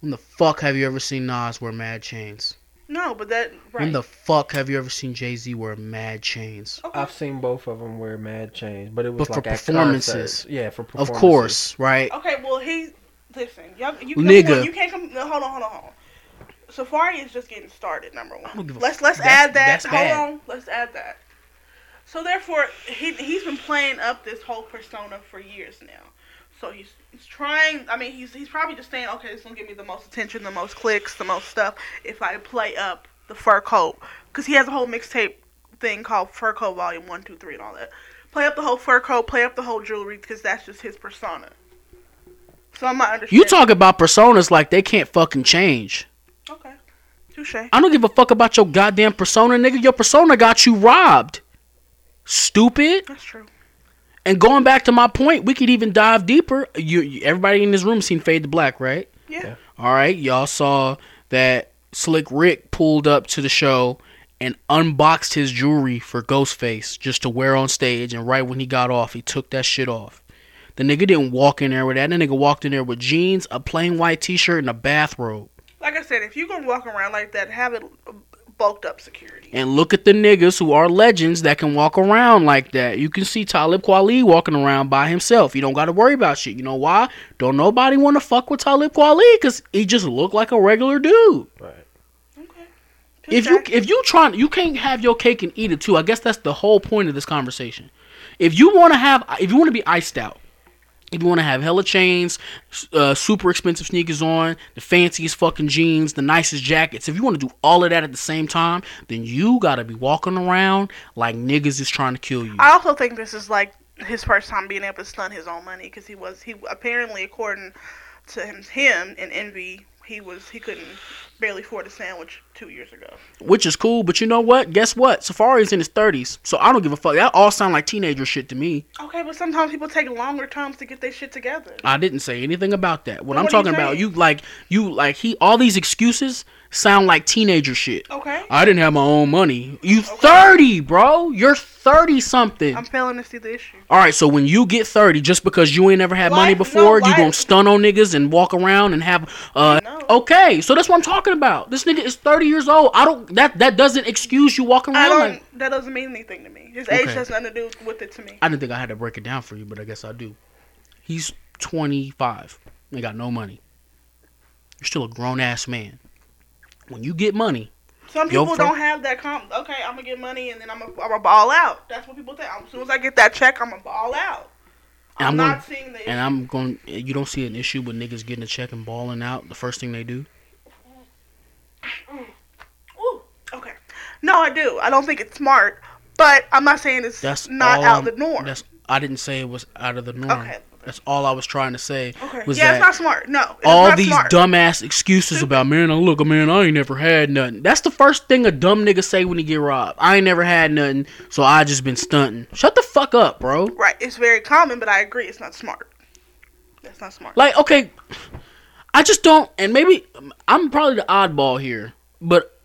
Speaker 1: When the fuck have you ever seen Nas wear mad chains?
Speaker 2: No, but that right.
Speaker 1: When the fuck have you ever seen Jay Z wear mad chains?
Speaker 2: Okay.
Speaker 3: I've seen both of them wear mad chains, but it was
Speaker 1: But
Speaker 3: like
Speaker 1: for
Speaker 3: at
Speaker 1: performances.
Speaker 3: concerts. Yeah, for
Speaker 1: Of
Speaker 3: performances.
Speaker 1: course, right?
Speaker 2: Okay, well he listen, y'all, you
Speaker 1: Nigga.
Speaker 2: Nigga. you can't come. no, Hold on, hold on, hold on. Safari is just getting started. Number
Speaker 1: don't
Speaker 2: one.
Speaker 1: give a
Speaker 2: Let's
Speaker 1: f-
Speaker 2: let's
Speaker 1: that's-
Speaker 2: add that.
Speaker 1: that's
Speaker 2: Hold
Speaker 1: bad.
Speaker 2: on, let's add that. So therefore, he he's been playing up this whole persona for years now. So he's he's trying. I mean, he's he's probably just saying, okay, this is gonna give me the most attention, the most clicks, the most stuff if I play up the fur coat, because he has a whole mixtape thing called Fur Coat Volume One, Two, Three, and all that. Play up the whole fur coat, play up the whole jewelry, because that's just his persona. So I'm not understanding.
Speaker 1: You talk about personas like they can't fucking change.
Speaker 2: Okay. Touche.
Speaker 1: I don't give a fuck about your goddamn persona, nigga. Your persona got you robbed. Stupid.
Speaker 2: That's true.
Speaker 1: And going back to my point, we could even dive deeper. You, you- everybody in this room seen Fade to Black, right?
Speaker 2: Yeah.
Speaker 3: Yeah.
Speaker 1: All right, y'all saw that Slick Rick pulled up to the show and unboxed his jewelry for Ghostface just to wear on stage. And right when he got off, he took that shit off. The nigga didn't walk in there with that. The nigga walked in there with jeans, a plain white t-shirt, and a bathrobe.
Speaker 2: Like I said, if you're gonna walk around like that, have it uh, bulked up security.
Speaker 1: And look at the niggas who are legends that can walk around like that. You can see Talib Kweli walking around by himself. You don't got to worry about shit. You know why? Don't nobody want to fuck with Talib Kweli because he just looked like a regular dude.
Speaker 3: Right.
Speaker 2: Okay.
Speaker 1: If
Speaker 2: Touche.
Speaker 1: you if you trying you can't have your cake and eat it too. I guess that's the whole point of this conversation. If you want to have if you want to be iced out, if you want to have hella chains, s- uh, super expensive sneakers on, the fanciest fucking jeans, the nicest jackets. If you want to do all of that at the same time, then you gotta be walking around like niggas is trying to kill you.
Speaker 2: I also think this is like his first time being able to stunt his own money because he was he apparently according to him, him in envy he was he couldn't barely afford a sandwich two years ago.
Speaker 1: which is cool. But you know what? Guess what? Safari's in his thirties, so I don't give a fuck. That all sound like teenager shit to me.
Speaker 2: Okay, but sometimes people take longer times to get their shit together.
Speaker 1: I didn't say anything about that. What
Speaker 2: Well,
Speaker 1: I'm
Speaker 2: what are you
Speaker 1: talking about,
Speaker 2: saying?
Speaker 1: you like you like he all these excuses sound like teenager shit.
Speaker 2: Okay.
Speaker 1: I didn't have my own money. You 30, bro. You're 30 something.
Speaker 2: I'm failing to see the issue.
Speaker 1: All right, so when you get 30 just because you ain't never had money
Speaker 2: Life- no,
Speaker 1: before, you
Speaker 2: life-
Speaker 1: going to stun on niggas and walk around and have uh
Speaker 2: No.
Speaker 1: okay. So that's what I'm talking about. This nigga is 30 years old. I don't that that doesn't excuse you walking
Speaker 2: I
Speaker 1: around
Speaker 2: don't.
Speaker 1: like
Speaker 2: that doesn't mean anything to me. His age
Speaker 1: Okay.
Speaker 2: has nothing to do with it to me.
Speaker 1: I didn't think I had to break it down for you, but I guess I do. He's 25. Ain't got no money. You're still a grown ass man. When you get money,
Speaker 2: Some
Speaker 1: Yo,
Speaker 2: people
Speaker 1: fir-
Speaker 2: don't have that comp. Okay, I'm gonna get money and then I'm gonna, I'm gonna ball out. That's what people think. As soon as I get that check, I'm gonna ball out.
Speaker 1: And
Speaker 2: I'm,
Speaker 1: I'm
Speaker 2: not
Speaker 1: gonna-
Speaker 2: seeing the.
Speaker 1: and I'm going, you don't see an issue with niggas getting a check and balling out. The first thing they do,
Speaker 2: Ooh, okay. No, I do. I don't think it's smart, but I'm not saying it's
Speaker 1: that's
Speaker 2: not
Speaker 1: all
Speaker 2: out
Speaker 1: I'm-
Speaker 2: the norm.
Speaker 1: That's I didn't say it was out of the norm.
Speaker 2: okay.
Speaker 1: That's all I was trying to say.
Speaker 2: Okay.
Speaker 1: was
Speaker 2: yeah,
Speaker 1: that
Speaker 2: it's not smart. No, it's
Speaker 1: all
Speaker 2: not
Speaker 1: these
Speaker 2: smart.
Speaker 1: dumbass excuses about man, I look, man, I ain't never had nothing. That's the first thing a dumb nigga say when he get robbed. I ain't never had nothing, so I just been stunting. Shut the fuck up, bro.
Speaker 2: right. It's very common, but I agree, it's not smart. That's not smart.
Speaker 1: Like, okay, I just don't. And maybe I'm probably the oddball here, but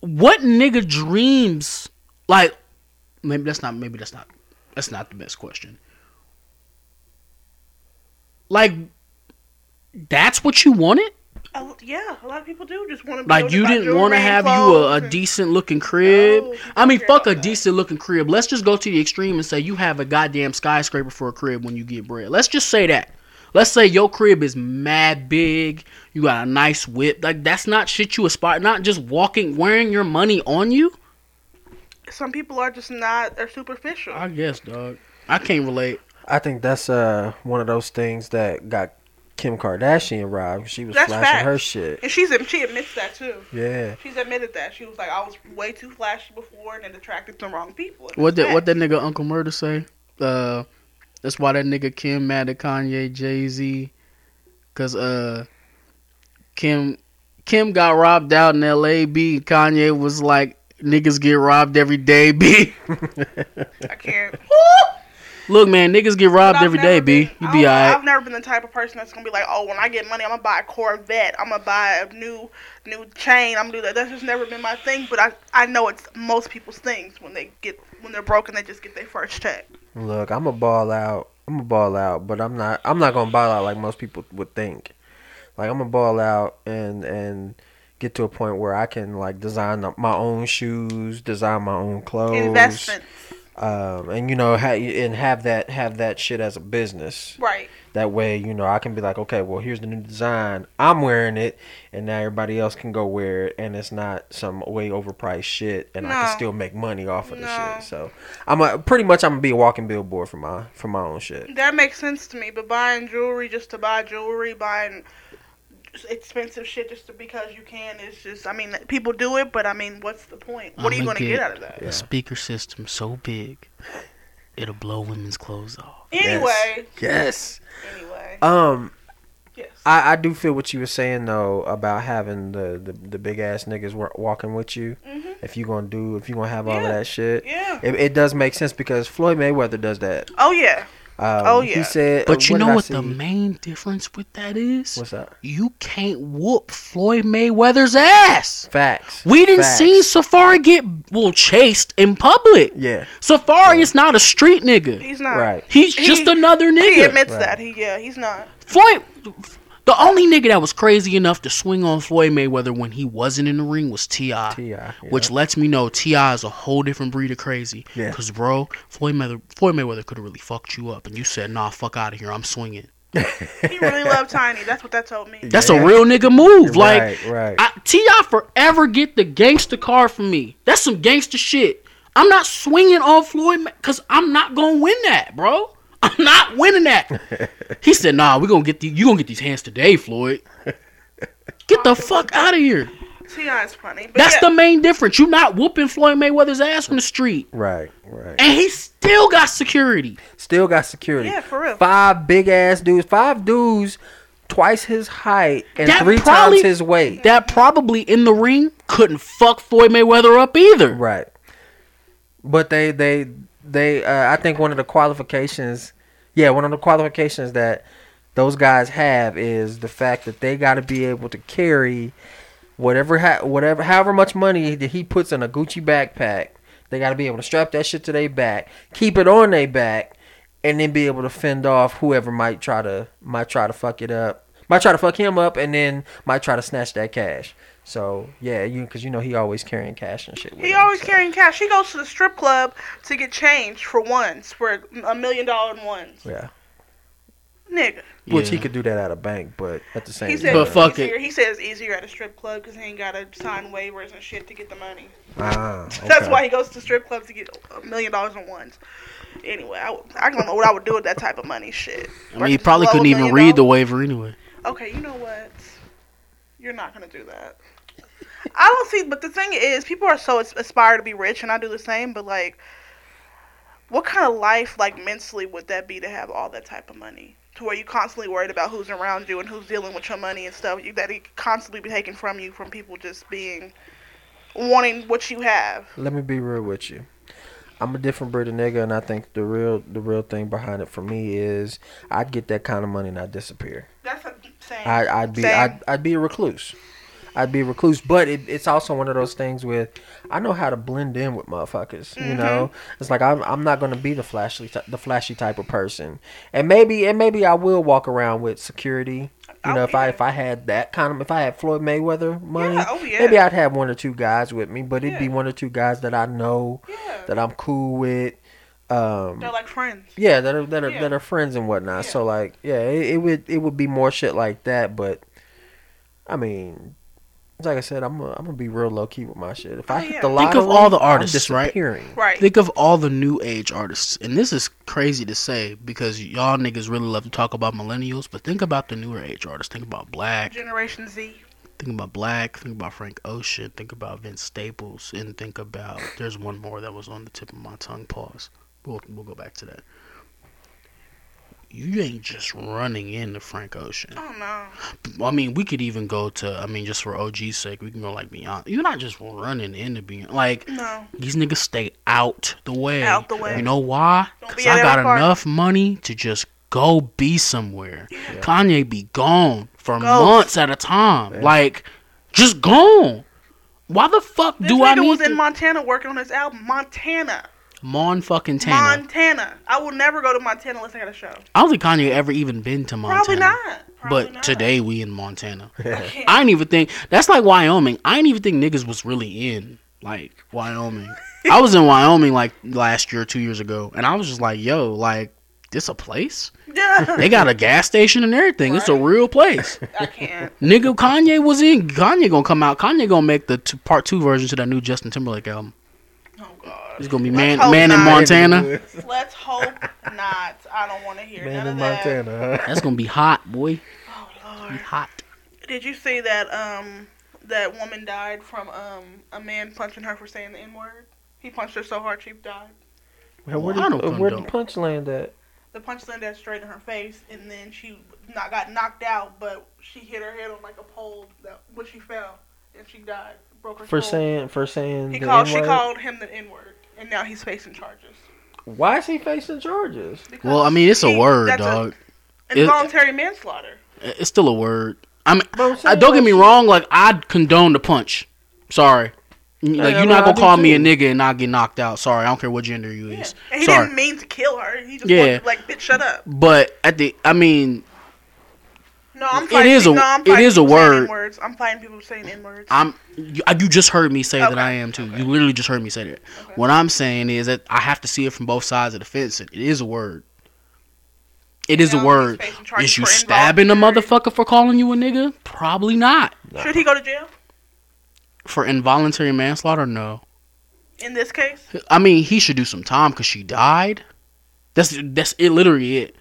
Speaker 1: what nigga dreams like? Maybe that's not. Maybe that's not. That's not the best question. Like, that's what you wanted.
Speaker 2: Uh, yeah, a lot of people do just want to.
Speaker 1: Like you didn't want to have you a, a decent looking crib.
Speaker 2: No,
Speaker 1: I mean,
Speaker 2: forget
Speaker 1: fuck a
Speaker 2: about that.
Speaker 1: decent looking crib. Let's just go to the extreme and say you have a goddamn skyscraper for a crib when you get bread. Let's just say that. Let's say your crib is mad big. You got a nice whip. Like that's not shit you aspire. Not just walking, wearing your money on you.
Speaker 2: Some people are just not. They're superficial.
Speaker 1: I guess, dog. I can't relate.
Speaker 3: I think that's uh one of those things that got Kim Kardashian robbed. She was
Speaker 2: That's
Speaker 3: flashing her
Speaker 2: facts.
Speaker 3: shit.
Speaker 2: and she's she admits that too.
Speaker 3: Yeah.
Speaker 2: She's admitted that. She was like, I was way too flashy before and it attracted the wrong people. And
Speaker 1: What that?
Speaker 2: that's
Speaker 1: What
Speaker 2: that.
Speaker 1: that nigga Uncle Murder say? Uh, that's why that nigga Kim mad at Kanye, Jay Z, cause uh, Kim Kim got robbed out in L.A. B. Kanye was like, niggas get robbed every day, B.
Speaker 2: I can't.
Speaker 1: Look, man, niggas get
Speaker 2: But
Speaker 1: robbed
Speaker 2: I've
Speaker 1: every
Speaker 2: never
Speaker 1: day, B.
Speaker 2: been-
Speaker 1: You
Speaker 2: I
Speaker 1: be
Speaker 2: don't-
Speaker 1: alright.
Speaker 2: I've never been the type of person that's gonna be like, oh, when I get money, I'm gonna buy a Corvette. I'm gonna buy a new new chain. I'm gonna do that. That's just never been my thing. But I I know it's most people's things when they get when they're broke and they just get their first check.
Speaker 3: Look, I'm a ball out. I'm a ball out, but I'm not. I'm not gonna ball out like most people would think. Like I'm a ball out and and get to a point where I can like design my own shoes, design my own
Speaker 1: Oh,
Speaker 3: clothes,
Speaker 2: Investment.
Speaker 3: um, and you know, ha- and have that have that shit as a business.
Speaker 2: Right.
Speaker 3: That way, you know, I can be like, okay, well, here's the new design. I'm wearing it, and now everybody else can go wear it, and it's not some way overpriced shit, and I
Speaker 2: No.
Speaker 3: can still make money off of the
Speaker 2: No.
Speaker 3: shit. So, I'm a, pretty much I'm gonna be a walking billboard for my for my own shit.
Speaker 2: That makes sense to me, but buying jewelry just to buy jewelry, buying just expensive shit just to, because you can, it's just, I mean, people do it, but I mean, what's the point? What are you
Speaker 1: I'ma
Speaker 2: going to get out of that?
Speaker 3: Yeah.
Speaker 1: A speaker system so big, it'll blow women's clothes off.
Speaker 3: Uh,
Speaker 2: Anyway,
Speaker 3: Yes.
Speaker 2: anyway,
Speaker 3: Um,
Speaker 2: yes.
Speaker 3: I, I do feel what you were saying though about having the the, the big ass niggas wa- walking with you.
Speaker 2: Mhm.
Speaker 3: If you gonna do, if you gonna have all
Speaker 2: Yeah.
Speaker 3: of that shit,
Speaker 2: yeah.
Speaker 3: it, it does make sense because Floyd Mayweather does that.
Speaker 2: Oh, yeah.
Speaker 3: Um,
Speaker 2: Oh,
Speaker 3: He
Speaker 2: yeah.
Speaker 3: said,
Speaker 1: But you
Speaker 3: did
Speaker 1: know
Speaker 3: I
Speaker 1: what the
Speaker 3: see?
Speaker 1: main difference with that is?
Speaker 3: What's that?
Speaker 1: You can't whoop Floyd Mayweather's ass.
Speaker 3: Facts.
Speaker 1: We didn't
Speaker 3: Facts.
Speaker 1: see Safari get well chased in public.
Speaker 3: Yeah.
Speaker 1: Safari is not a street nigga.
Speaker 2: He's not.
Speaker 3: Right.
Speaker 1: He's just
Speaker 2: He-
Speaker 1: another
Speaker 2: He
Speaker 1: nigga.
Speaker 2: admits
Speaker 3: Right.
Speaker 2: that. He Yeah, he's not.
Speaker 1: Floyd, the only nigga that was crazy enough to swing on Floyd Mayweather when he wasn't in the ring was Ti.
Speaker 3: Ti. yeah.
Speaker 1: Which lets me know Ti is a whole different breed of crazy.
Speaker 3: Yeah.
Speaker 1: Cause bro, Floyd Mayweather, Floyd Mayweather could have really fucked you up, and you said, "Nah, fuck out of here, I'm swinging."
Speaker 2: He really loved Tiny. That's what that told me.
Speaker 1: That's
Speaker 3: Yeah.
Speaker 1: a real nigga move. Like
Speaker 3: right, right.
Speaker 1: I, Ti forever get the gangster card from me. That's some gangster shit. I'm not swinging on Floyd Ma- cause I'm not gonna win that, bro. I'm not winning that. he said, "Nah, we gonna get the, you gonna get these hands today, Floyd. Get the fuck out of here."
Speaker 2: Ti is funny. But
Speaker 1: That's
Speaker 2: yeah,
Speaker 1: the main difference. You not whooping Floyd Mayweather's ass on the street,
Speaker 3: right. Right.
Speaker 1: and he still got security.
Speaker 3: Still got security.
Speaker 2: Yeah, for real.
Speaker 3: Five big ass dudes. Five dudes, twice his height and
Speaker 1: That
Speaker 3: three
Speaker 1: probably-
Speaker 3: times his weight.
Speaker 1: That probably in the ring couldn't fuck Floyd Mayweather up either.
Speaker 3: Right. But they they they uh, I think one of the qualifications yeah, one of the qualifications that those guys have is the fact that they got to be able to carry whatever ha- whatever however much money that he puts in a Gucci backpack. They got to be able to strap that shit to their back, keep it on their back, and then be able to fend off whoever might try to might try to fuck it up. Might try to fuck him up and then might try to snatch that cash. So yeah, you because you know he always carrying cash and shit. With
Speaker 2: He
Speaker 3: him,
Speaker 2: always
Speaker 3: so.
Speaker 2: carrying cash. He goes to the strip club to get change for ones, for a million dollar ones.
Speaker 3: Yeah.
Speaker 2: Nigga.
Speaker 3: Which he
Speaker 1: Yeah.
Speaker 3: could do that at a bank, but at the same
Speaker 2: He
Speaker 3: time.
Speaker 2: said
Speaker 1: But
Speaker 2: it's
Speaker 1: fuck it.
Speaker 2: easier. He says easier at a strip club because he ain't gotta sign waivers and shit to get the money.
Speaker 3: Ah, okay.
Speaker 2: That's why he goes to strip clubs to get a million dollars in ones. Anyway, I, w- I don't know what I would do with that type of money. Shit.
Speaker 1: I mean, he probably couldn't even read the waiver anyway.
Speaker 2: the. Okay, you know what? You're not gonna do that. I don't see, but the thing is, people are so as- aspire to be rich, and I do the same. But like, what kind of life, like mentally, would that be to have all that type of money? To where you constantly worried about who's around you and who's dealing with your money and stuff. You that he constantly be taken from you from people just being wanting what you have.
Speaker 3: Let me be real with you. I'm a different breed of nigga, and I think the real the real thing behind it for me is I'd get that kind of money and I'd disappear.
Speaker 2: That's a saying.
Speaker 3: I, I'd be
Speaker 2: Same.
Speaker 3: I'd, I'd be a recluse. I'd be a recluse, but it, it's also one of those things with I know how to blend in with motherfuckers.
Speaker 2: Mm-hmm.
Speaker 3: You know, it's like I'm I'm not gonna be the flashy ty- the flashy type of person, and maybe and maybe I will walk around with security. You
Speaker 2: Oh,
Speaker 3: know, if I
Speaker 2: yeah.
Speaker 3: if I had that kind of if I had Floyd Mayweather money,
Speaker 2: Yeah, oh, yeah.
Speaker 3: maybe I'd have one or two guys with me, but it'd be
Speaker 2: Yeah.
Speaker 3: one or two guys that I know
Speaker 2: yeah.
Speaker 3: that I'm cool with. Um,
Speaker 2: They're like friends.
Speaker 3: yeah, that are that are
Speaker 2: Yeah.
Speaker 3: that are friends and whatnot.
Speaker 2: Yeah.
Speaker 3: So like, yeah, it, it would it would be more shit like that. But I mean, like I said, I'm a, I'm gonna be real low key with my shit. If I
Speaker 2: Oh,
Speaker 3: hit
Speaker 2: yeah.
Speaker 3: the
Speaker 2: Think
Speaker 3: lottery,
Speaker 1: of all the
Speaker 3: I'm
Speaker 1: artists, right?
Speaker 3: disappearing.
Speaker 2: Right.
Speaker 1: Think of all the new age artists, and this is crazy to say because y'all niggas really love to talk about millennials, but think about the newer age artists. Think about Black,
Speaker 2: Generation Z.
Speaker 1: think about Black, think about Frank Ocean, think about Vince Staples, and think about there's one more that was on the tip of my tongue. Pause. We'll we'll go back to that. You ain't just running into Frank Ocean.
Speaker 2: Oh no.
Speaker 1: I mean, we could even go to. I mean, just for OG's sake, we can go like Beyond. You're not just running into Beyond. Like
Speaker 2: No.
Speaker 1: these niggas stay out the way.
Speaker 2: Out the way.
Speaker 1: You know why?
Speaker 2: Don't
Speaker 1: Because
Speaker 2: be at
Speaker 1: I got
Speaker 2: every party.
Speaker 1: enough money to just go be somewhere. Kanye be gone for
Speaker 2: Ghost.
Speaker 1: months at a time.
Speaker 3: Yeah.
Speaker 1: Like, just gone. Why the fuck
Speaker 2: This
Speaker 1: do I
Speaker 2: nigga
Speaker 1: need
Speaker 2: was
Speaker 1: to?
Speaker 2: in Montana working on his album. Montana.
Speaker 1: Mon fucking Tana.
Speaker 2: Montana. I will never go to Montana unless I got a show.
Speaker 1: I don't think Kanye ever even been to Montana.
Speaker 2: Probably not. Probably
Speaker 1: but
Speaker 2: not.
Speaker 1: today we in Montana.
Speaker 2: I can't.
Speaker 1: I didn't even think that's like Wyoming. I didn't even think niggas was really in like Wyoming. I was in Wyoming like last year, two years ago, and I was just like, "Yo, like this a place?
Speaker 2: Yeah.
Speaker 1: They got a gas station and everything. It's a real place."
Speaker 2: I can't.
Speaker 1: Nigga, Kanye was in. Kanye gonna come out. Kanye gonna make the two, part two version to that new Justin Timberlake album.
Speaker 2: Oh God.
Speaker 1: It's gonna be man,
Speaker 2: hope
Speaker 1: man in
Speaker 2: not.
Speaker 1: Montana.
Speaker 2: Let's hope not. I don't want to hear
Speaker 3: Man
Speaker 2: none
Speaker 3: in
Speaker 2: of that.
Speaker 3: Montana. Huh?
Speaker 1: That's gonna be hot, boy.
Speaker 2: Oh
Speaker 1: Be
Speaker 2: Lord.
Speaker 1: hot.
Speaker 2: Did you see that? Um, that woman died from um a man punching her for saying the N word. He punched her so hard she died.
Speaker 3: Man, where
Speaker 1: Well, I
Speaker 3: did,
Speaker 1: don't
Speaker 3: where did
Speaker 1: condone.
Speaker 3: punch land at?
Speaker 2: The punch landed straight in her face, and then she not got knocked out, but she hit her head on like a pole that when she fell, and she died. Broke her
Speaker 3: For
Speaker 2: skull.
Speaker 3: saying for saying
Speaker 2: He
Speaker 3: the
Speaker 2: called. She
Speaker 3: N-word?
Speaker 2: called him the N word, and now he's facing charges.
Speaker 3: Why is he facing charges?
Speaker 2: Because
Speaker 1: Well, I mean, it's a
Speaker 2: he-
Speaker 1: word,
Speaker 2: that's a-
Speaker 1: dog. It-
Speaker 2: Involuntary manslaughter.
Speaker 1: It's still a word. I mean,
Speaker 3: But I'm
Speaker 1: I,
Speaker 3: saying,
Speaker 1: don't get me
Speaker 3: like,
Speaker 1: wrong. Like I condone the punch. Sorry. N- Like,
Speaker 3: Yeah,
Speaker 1: you're
Speaker 3: no,
Speaker 1: not
Speaker 3: I
Speaker 1: gonna
Speaker 3: do
Speaker 1: call me a
Speaker 3: too.
Speaker 1: nigga and not get knocked out. Sorry, I don't care what gender you
Speaker 2: Yeah.
Speaker 1: is.
Speaker 2: And he
Speaker 1: Sorry,
Speaker 2: didn't mean to kill her. He just
Speaker 1: Yeah.
Speaker 2: wanted to, like, bitch, shut up.
Speaker 1: but at the, I mean,
Speaker 2: No, I'm
Speaker 1: It
Speaker 2: fighting.
Speaker 1: is a-
Speaker 2: no, I'm
Speaker 1: it
Speaker 2: fighting
Speaker 1: is a
Speaker 2: people saying
Speaker 1: word.
Speaker 2: N-words. I'm fighting people saying n words.
Speaker 1: I'm you, you just heard me say that
Speaker 2: Okay,
Speaker 1: I am too. You literally just heard me say that. What I'm saying is that I have to see it from both sides of the fence. It is a word. It is
Speaker 2: Now
Speaker 1: a
Speaker 2: he's
Speaker 1: word.
Speaker 2: facing charges
Speaker 1: Is you
Speaker 2: for
Speaker 1: stabbing a
Speaker 2: involuntary-
Speaker 1: motherfucker for calling you a nigga? Probably not.
Speaker 2: Should he go to jail
Speaker 1: For involuntary manslaughter, no.
Speaker 2: in this case?
Speaker 1: I mean, he should do some time because she died. That's that's it, literally it.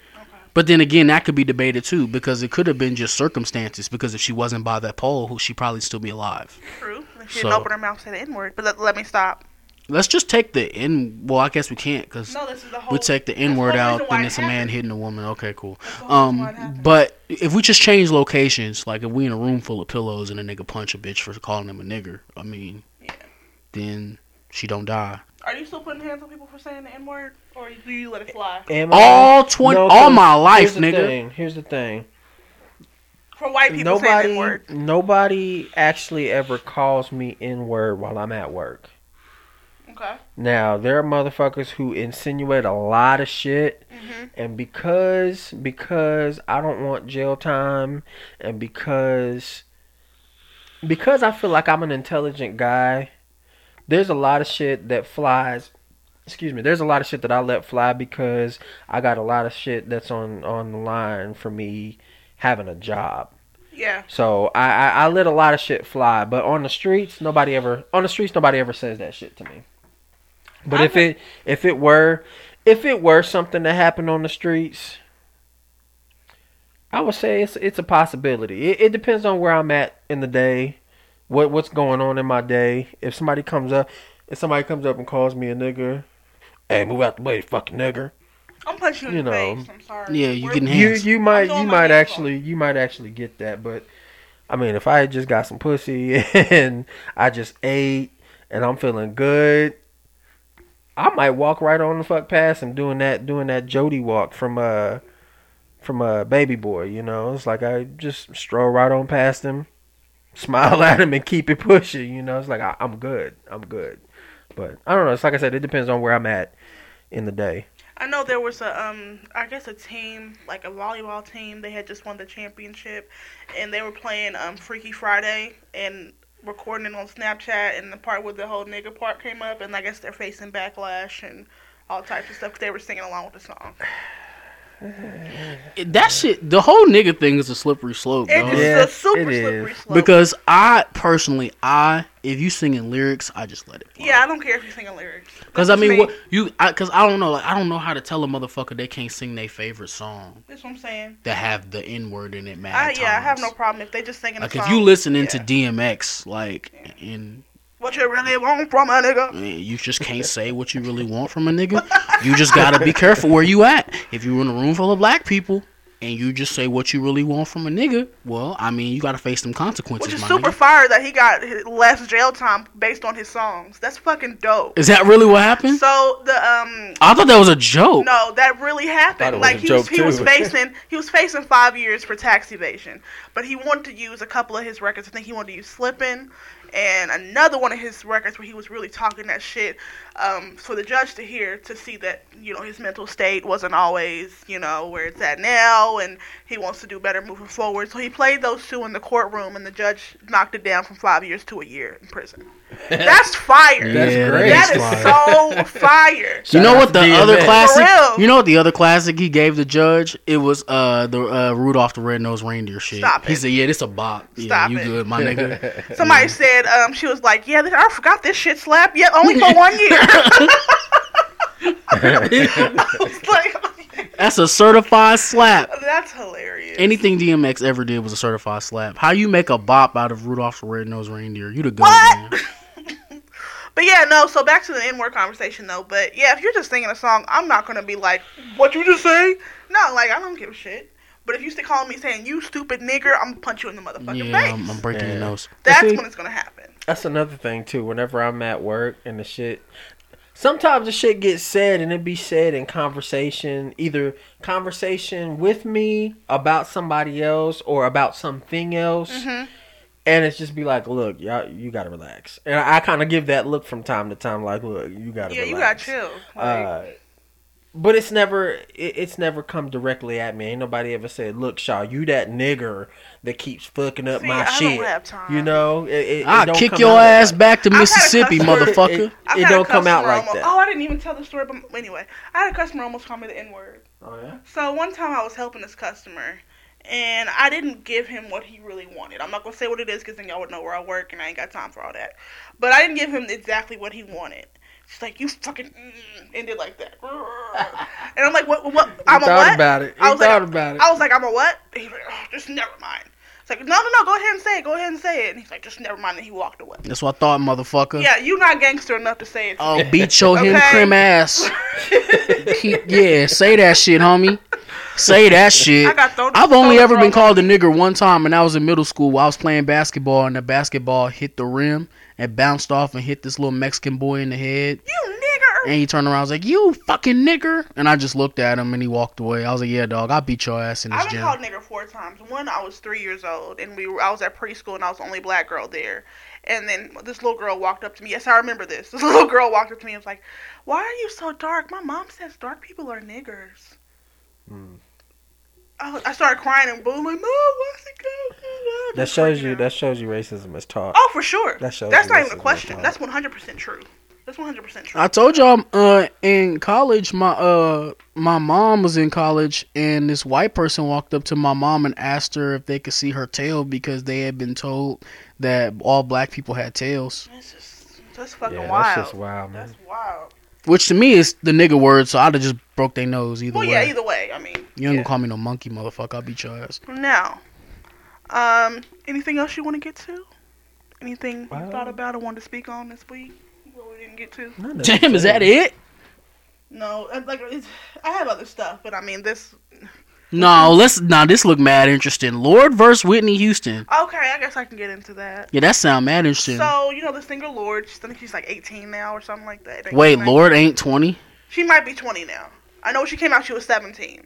Speaker 1: But then again, that could be debated too because it could have been just circumstances. Because if she wasn't by that pole, who she'd probably still be alive.
Speaker 2: True. She
Speaker 1: So-
Speaker 2: didn't open her mouth and say the N word. But let, let me stop.
Speaker 1: Let's just take the n. Well, I guess we can't because
Speaker 2: No, this is the whole.
Speaker 1: we take the
Speaker 2: that's
Speaker 1: n word
Speaker 2: whole
Speaker 1: out,
Speaker 2: reason why
Speaker 1: then
Speaker 2: it
Speaker 1: it's a man
Speaker 2: happened.
Speaker 1: hitting a woman. Okay, cool.
Speaker 2: That's the whole reason why it
Speaker 1: Um,
Speaker 2: happened.
Speaker 1: but if we just change locations, like if we in a room full of pillows and a nigga punch a bitch for calling him a nigger, I mean,
Speaker 2: Yeah.
Speaker 1: then she don't die.
Speaker 2: Are you still putting hands on people for saying the N word, or do you let it fly?
Speaker 3: Am I-
Speaker 1: All twenty,
Speaker 3: No, 'cause
Speaker 1: all my life,
Speaker 3: here's the
Speaker 1: nigga.
Speaker 3: Thing, here's the thing.
Speaker 2: For white people saying the N
Speaker 3: Nobody,
Speaker 2: word.
Speaker 3: nobody actually ever calls me N word while I'm at work.
Speaker 2: Okay.
Speaker 3: Now there are motherfuckers who insinuate a lot of shit,
Speaker 2: Mhm.
Speaker 3: and because because I don't want jail time, and because because I feel like I'm an intelligent guy, there's a lot of shit that flies. Excuse me. There's a lot of shit that I let fly because I got a lot of shit that's on on the line for me having a job.
Speaker 2: Yeah.
Speaker 3: So I, I I let a lot of shit fly, but on the streets nobody ever on the streets nobody ever says that shit to me. But
Speaker 2: I
Speaker 3: if it if it were if it were something that happened on the streets, I would say it's it's a possibility. It, it depends on where I'm at in the day, what what's going on in my day. If somebody comes up, if somebody comes up and calls me a nigger, hey, move out the way, fucking nigger.
Speaker 2: I'm punching you in the
Speaker 3: You know.
Speaker 2: face. I'm sorry.
Speaker 1: Yeah, you
Speaker 2: We're-
Speaker 1: can
Speaker 3: You
Speaker 1: hands.
Speaker 3: you might
Speaker 2: doing
Speaker 3: you
Speaker 2: my
Speaker 3: might
Speaker 2: hands
Speaker 3: actually you might actually get that, but I mean, if I had just got some pussy and I just ate and I'm feeling good, I might walk right on the fuck past him doing that doing that Jody walk from uh from a uh, baby boy. You know, it's like I just stroll right on past him, smile at him, and keep it pushing. You know, it's like I, I'm good, I'm good. But I don't know. It's like I said, it depends on where I'm at in the day.
Speaker 2: I know there was a um I guess a team like a volleyball team they had just won the championship and they were playing um Freaky Friday and recording it on Snapchat and the part where the whole nigga part came up and I guess they're facing backlash and all types of stuff 'cause they were singing along with the song.
Speaker 1: It- that shit the whole nigga thing is a slippery slope
Speaker 2: It
Speaker 1: dog.
Speaker 2: is
Speaker 3: Yeah,
Speaker 2: a super
Speaker 3: it is.
Speaker 2: slippery slope.
Speaker 1: because i personally i if you singing lyrics i just let it
Speaker 2: yeah, I don't care if you're singing lyrics.
Speaker 1: because
Speaker 2: This
Speaker 1: i
Speaker 2: is
Speaker 1: mean
Speaker 2: me.
Speaker 1: what you I, because I, don't know like i don't know how to tell a motherfucker they can't sing their favorite song
Speaker 2: That's what I'm saying.
Speaker 1: that have the n-word in it man
Speaker 2: I, yeah, I have no problem if they just singing
Speaker 1: like
Speaker 2: a song.
Speaker 1: if you listening to
Speaker 2: yeah.
Speaker 1: DMX, like, and
Speaker 2: what you really want from a nigga.
Speaker 1: and you just can't say what you really want from a nigga, you just gotta be careful where you at. If you're in a room full of black people and you just say what you really want from a nigga, well, I mean, you gotta face some consequences,
Speaker 2: Which is
Speaker 1: my
Speaker 2: super
Speaker 1: nigga.
Speaker 2: fire that he got his less jail time based on his songs. That's fucking dope.
Speaker 1: Is that really what happened?
Speaker 2: So the um
Speaker 1: I thought that was a joke.
Speaker 2: no, that really
Speaker 3: Thought it
Speaker 2: happened.
Speaker 3: was
Speaker 2: Like
Speaker 3: a
Speaker 2: he was
Speaker 3: joke,
Speaker 2: he was
Speaker 3: too.
Speaker 2: facing he was facing five years for tax evasion, but he wanted to use a couple of his records. I think he wanted to use Slippin' and another one of his records where he was really talking that shit um, for the judge to hear to see that you know his mental state wasn't always you know where it's at now and he wants to do better moving forward so he played those two in the courtroom and the judge knocked it down from five years to a year in prison that's fire
Speaker 3: That's
Speaker 1: Yeah,
Speaker 3: great.
Speaker 2: that is
Speaker 3: Squad.
Speaker 2: so fire
Speaker 1: You know what the
Speaker 3: Shout out to
Speaker 1: other
Speaker 3: DMX.
Speaker 2: For
Speaker 1: classic?
Speaker 2: real.
Speaker 1: You know what the other classic he gave the judge? It was uh the uh, Rudolph the Red Nosed Reindeer shit.
Speaker 2: Stop
Speaker 1: he
Speaker 2: it.
Speaker 1: said, "Yeah, this a bop. Yeah,
Speaker 2: Stop
Speaker 1: you
Speaker 2: it.
Speaker 1: good, my nigga."
Speaker 2: somebody said um, she was like yeah i forgot this shit slap yeah only for one year It's like,
Speaker 1: That's a certified slap.
Speaker 2: that's hilarious
Speaker 1: Anything DMX ever did was a certified slap. How you make a bop out of Rudolph the Red Nosed Reindeer? You the goat,
Speaker 2: What?
Speaker 1: man.
Speaker 2: But yeah, no. So back to the N word conversation though. But yeah, if you're just singing a song, I'm not gonna be like, "What you just say?" No, like I don't give a shit. But if you still calling me saying "you stupid nigger," I'm gonna punch you in the motherfucking
Speaker 1: Yeah,
Speaker 2: face.
Speaker 1: I'm, I'm breaking
Speaker 3: Yeah.
Speaker 1: your nose.
Speaker 2: That's
Speaker 3: See?
Speaker 2: when it's gonna happen.
Speaker 3: That's another thing too. Whenever I'm at work and the shit, sometimes the shit gets said and it be said in conversation, either conversation with me about somebody else or about something else,
Speaker 2: Mm-hmm.
Speaker 3: and it's just be like, look, y'all, you gotta relax. And I, I kind of give that look from time to time, like, look, you gotta,
Speaker 2: Yeah,
Speaker 3: relax.
Speaker 2: you gotta chill. Like,
Speaker 3: Uh, but it's never it, it's never come directly at me. Ain't nobody ever said, "Look, Shaw, you that nigger that keeps fucking up
Speaker 2: See,
Speaker 3: my
Speaker 2: I don't
Speaker 3: shit."
Speaker 2: have time.
Speaker 3: You know, it, it, it
Speaker 1: I'll
Speaker 3: don't
Speaker 1: kick
Speaker 3: come
Speaker 1: your
Speaker 3: out like
Speaker 1: ass
Speaker 3: that.
Speaker 1: back to
Speaker 2: I've had a
Speaker 1: Mississippi,
Speaker 2: customer-
Speaker 1: motherfucker.
Speaker 3: It-
Speaker 2: I've
Speaker 3: It,
Speaker 2: had a
Speaker 3: don't come out
Speaker 2: customer
Speaker 3: like
Speaker 2: almo-
Speaker 3: that.
Speaker 2: Oh, I didn't even tell the story. But anyway, I had a customer almost call me the N word.
Speaker 3: Oh, yeah?
Speaker 2: So one time I was helping this customer, and I didn't give him what he really wanted. I'm not gonna say what it is because then y'all would know where I work, and I ain't got time for all that. But I didn't give him exactly what he wanted. She's like, "You fucking," mm," and did like that, and I'm like, "What? What? I'm
Speaker 3: he
Speaker 2: a
Speaker 3: thought
Speaker 2: what?"
Speaker 3: about it. He
Speaker 2: I was
Speaker 3: thought
Speaker 2: like,
Speaker 3: about it.
Speaker 2: I was like, "I'm a what?" And he's like, oh, "Just never mind." It's like, "No, no, no. Go ahead and say it. Go ahead and say it." And he's like, "Just never mind." And he walked away.
Speaker 1: That's what I thought, motherfucker.
Speaker 2: Yeah, you not gangster enough to say it. to
Speaker 1: Oh, beat your
Speaker 2: Okay.
Speaker 1: hen crim ass. Keep- yeah, say that shit, homie. Say that shit.
Speaker 2: I got thrown-
Speaker 1: I've only
Speaker 2: thrown
Speaker 1: ever been
Speaker 2: from-
Speaker 1: called a nigger one time, and I was in middle school. I was playing basketball, and the basketball hit the rim and bounced off and hit this little Mexican boy in the head.
Speaker 2: you nigger.
Speaker 1: And he turned around, and was like, "You fucking nigger!" And I just looked at him, and he walked away. I was like, "Yeah, dog, I beat your ass in this
Speaker 2: I've been
Speaker 1: gym."
Speaker 2: called nigger four times. One, I was three years old, and we were, I was at preschool, and I was the only black girl there. And then this little girl walked up to me. Yes, I remember this. This little girl walked up to me and was like, "Why are you so dark?" My mom says dark people are niggers.
Speaker 3: Mm.
Speaker 2: I, was- I started crying and booing, like, "Mom, why is it good?"
Speaker 3: That shows you. That shows you racism is taught.
Speaker 2: Oh, for sure.
Speaker 3: That shows
Speaker 2: That's
Speaker 3: you
Speaker 2: not even a
Speaker 3: racism is
Speaker 2: question.
Speaker 3: taught.
Speaker 2: That's one hundred percent true. That's one hundred percent true.
Speaker 1: I told y'all uh, in college, my uh my mom was in college, and this white person walked up to my mom and asked her if they could see her tail because they had been told that all black people had tails,
Speaker 2: that's just that's fucking
Speaker 3: yeah,
Speaker 2: wild.
Speaker 3: that's just wild, man.
Speaker 2: That's wild.
Speaker 1: which to me is the nigga word. So I'd have just broke their nose either
Speaker 2: Well,
Speaker 1: way.
Speaker 2: yeah. Either way, I mean,
Speaker 1: you ain't
Speaker 2: yeah.
Speaker 1: gonna call me no monkey, motherfucker. I'll beat your ass.
Speaker 2: Now, um, anything else you want to get to? Anything you
Speaker 3: Well-
Speaker 2: thought about or wanted to speak on this week? What we didn't get to?
Speaker 3: Not
Speaker 1: Damn, is that
Speaker 3: necessarily.
Speaker 1: it?
Speaker 2: No, I- like it's, I have other stuff, but I mean this.
Speaker 1: No, let's. Nah, this look mad interesting. Lord versus Whitney Houston.
Speaker 2: Okay, I guess I can get into that.
Speaker 1: Yeah, that sound mad interesting.
Speaker 2: So you know the singer Lord, she's- I think she's like 18 now or something like that. 18,
Speaker 1: Wait,
Speaker 2: 19.
Speaker 1: Lord ain't twenty.
Speaker 2: She might be 20 now. I know when she came out, she was 17.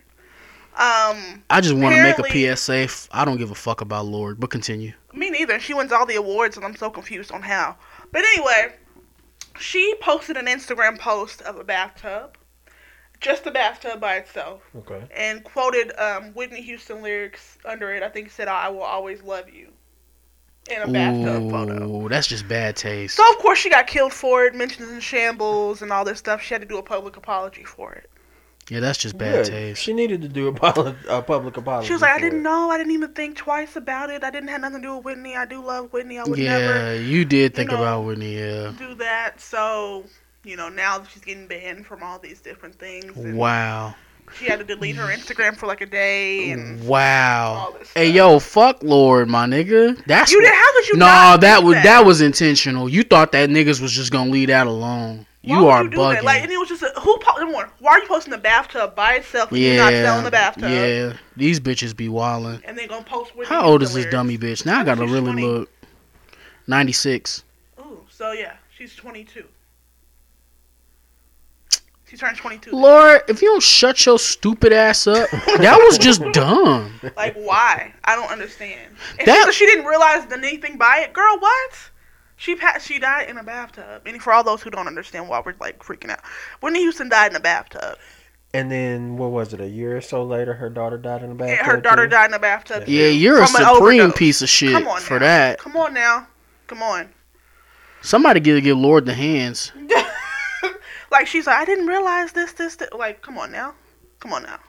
Speaker 2: Um,
Speaker 1: I just want to make
Speaker 2: Apparently-
Speaker 1: a PSA. F- I don't give a fuck about Lord, but continue.
Speaker 2: Me neither. She wins all the awards, and I'm so confused on how. But anyway, she posted an Instagram post of a bathtub, just a bathtub by itself,
Speaker 3: Okay.
Speaker 2: and quoted um, Whitney Houston lyrics under it. I think said, "I will always love you," in a bathtub photo.
Speaker 1: Ooh, that's just bad taste.
Speaker 2: So of course she got killed for it, mentioned in shambles and all this stuff. She had to do a public apology for it.
Speaker 1: Yeah, that's just bad
Speaker 3: Good.
Speaker 1: taste.
Speaker 3: She needed to do a, poli- a public apology.
Speaker 2: She was like, "I
Speaker 3: for
Speaker 2: didn't
Speaker 3: it.
Speaker 2: know. I didn't even think twice about it. I didn't have nothing to do with Whitney. I do love Whitney. I would never."
Speaker 1: Yeah, you did think
Speaker 2: know,
Speaker 1: about Whitney. Yeah.
Speaker 2: do that. So, you know, now she's getting banned from all these different things. And
Speaker 1: Wow.
Speaker 2: She had to delete her Instagram for like a day. And all
Speaker 1: Wow.
Speaker 2: this
Speaker 1: Hey,
Speaker 2: stuff.
Speaker 1: yo, fuck Lord, my nigga. That's
Speaker 2: Oh, you did how could you?
Speaker 1: no,
Speaker 2: not
Speaker 1: that
Speaker 2: do
Speaker 1: was that was intentional. You thought that niggas was just gonna leave that alone.
Speaker 2: Why
Speaker 1: you
Speaker 2: would
Speaker 1: are
Speaker 2: do
Speaker 1: bugging.
Speaker 2: That? Like, and it was just a, who po- number one, Why are you posting the bathtub by itself? And You're not selling the bathtub.
Speaker 1: yeah. These bitches be wildin'.
Speaker 2: And then gonna post with
Speaker 1: How old is this dummy bitch? Now I
Speaker 2: I think
Speaker 1: gotta
Speaker 2: she's
Speaker 1: really
Speaker 2: 20.
Speaker 1: look. Ninety six.
Speaker 2: Ooh, so yeah, she's 22. She turned 22.
Speaker 1: Lord, if you don't shut your stupid ass up, that was just dumb.
Speaker 2: Like, why? I don't understand. And
Speaker 1: That-
Speaker 2: she, said she didn't realize the anything by it. Girl, what? She passed. She died in a bathtub. And for all those who don't understand why we're like freaking out, Whitney Houston died in a bathtub.
Speaker 3: And then what was it? A year or so later, her daughter died in a
Speaker 2: And
Speaker 3: bathtub.
Speaker 2: her daughter
Speaker 3: too?
Speaker 2: died in a bathtub.
Speaker 1: Yeah, you're a
Speaker 2: From an
Speaker 1: supreme
Speaker 2: overdose.
Speaker 1: piece of shit
Speaker 2: Come on
Speaker 1: for
Speaker 2: now.
Speaker 1: that.
Speaker 2: Come on now. Come on.
Speaker 1: Somebody give give Lord the hands.
Speaker 2: like she's like, I didn't realize this, this, this. Like, come on now. Come on now.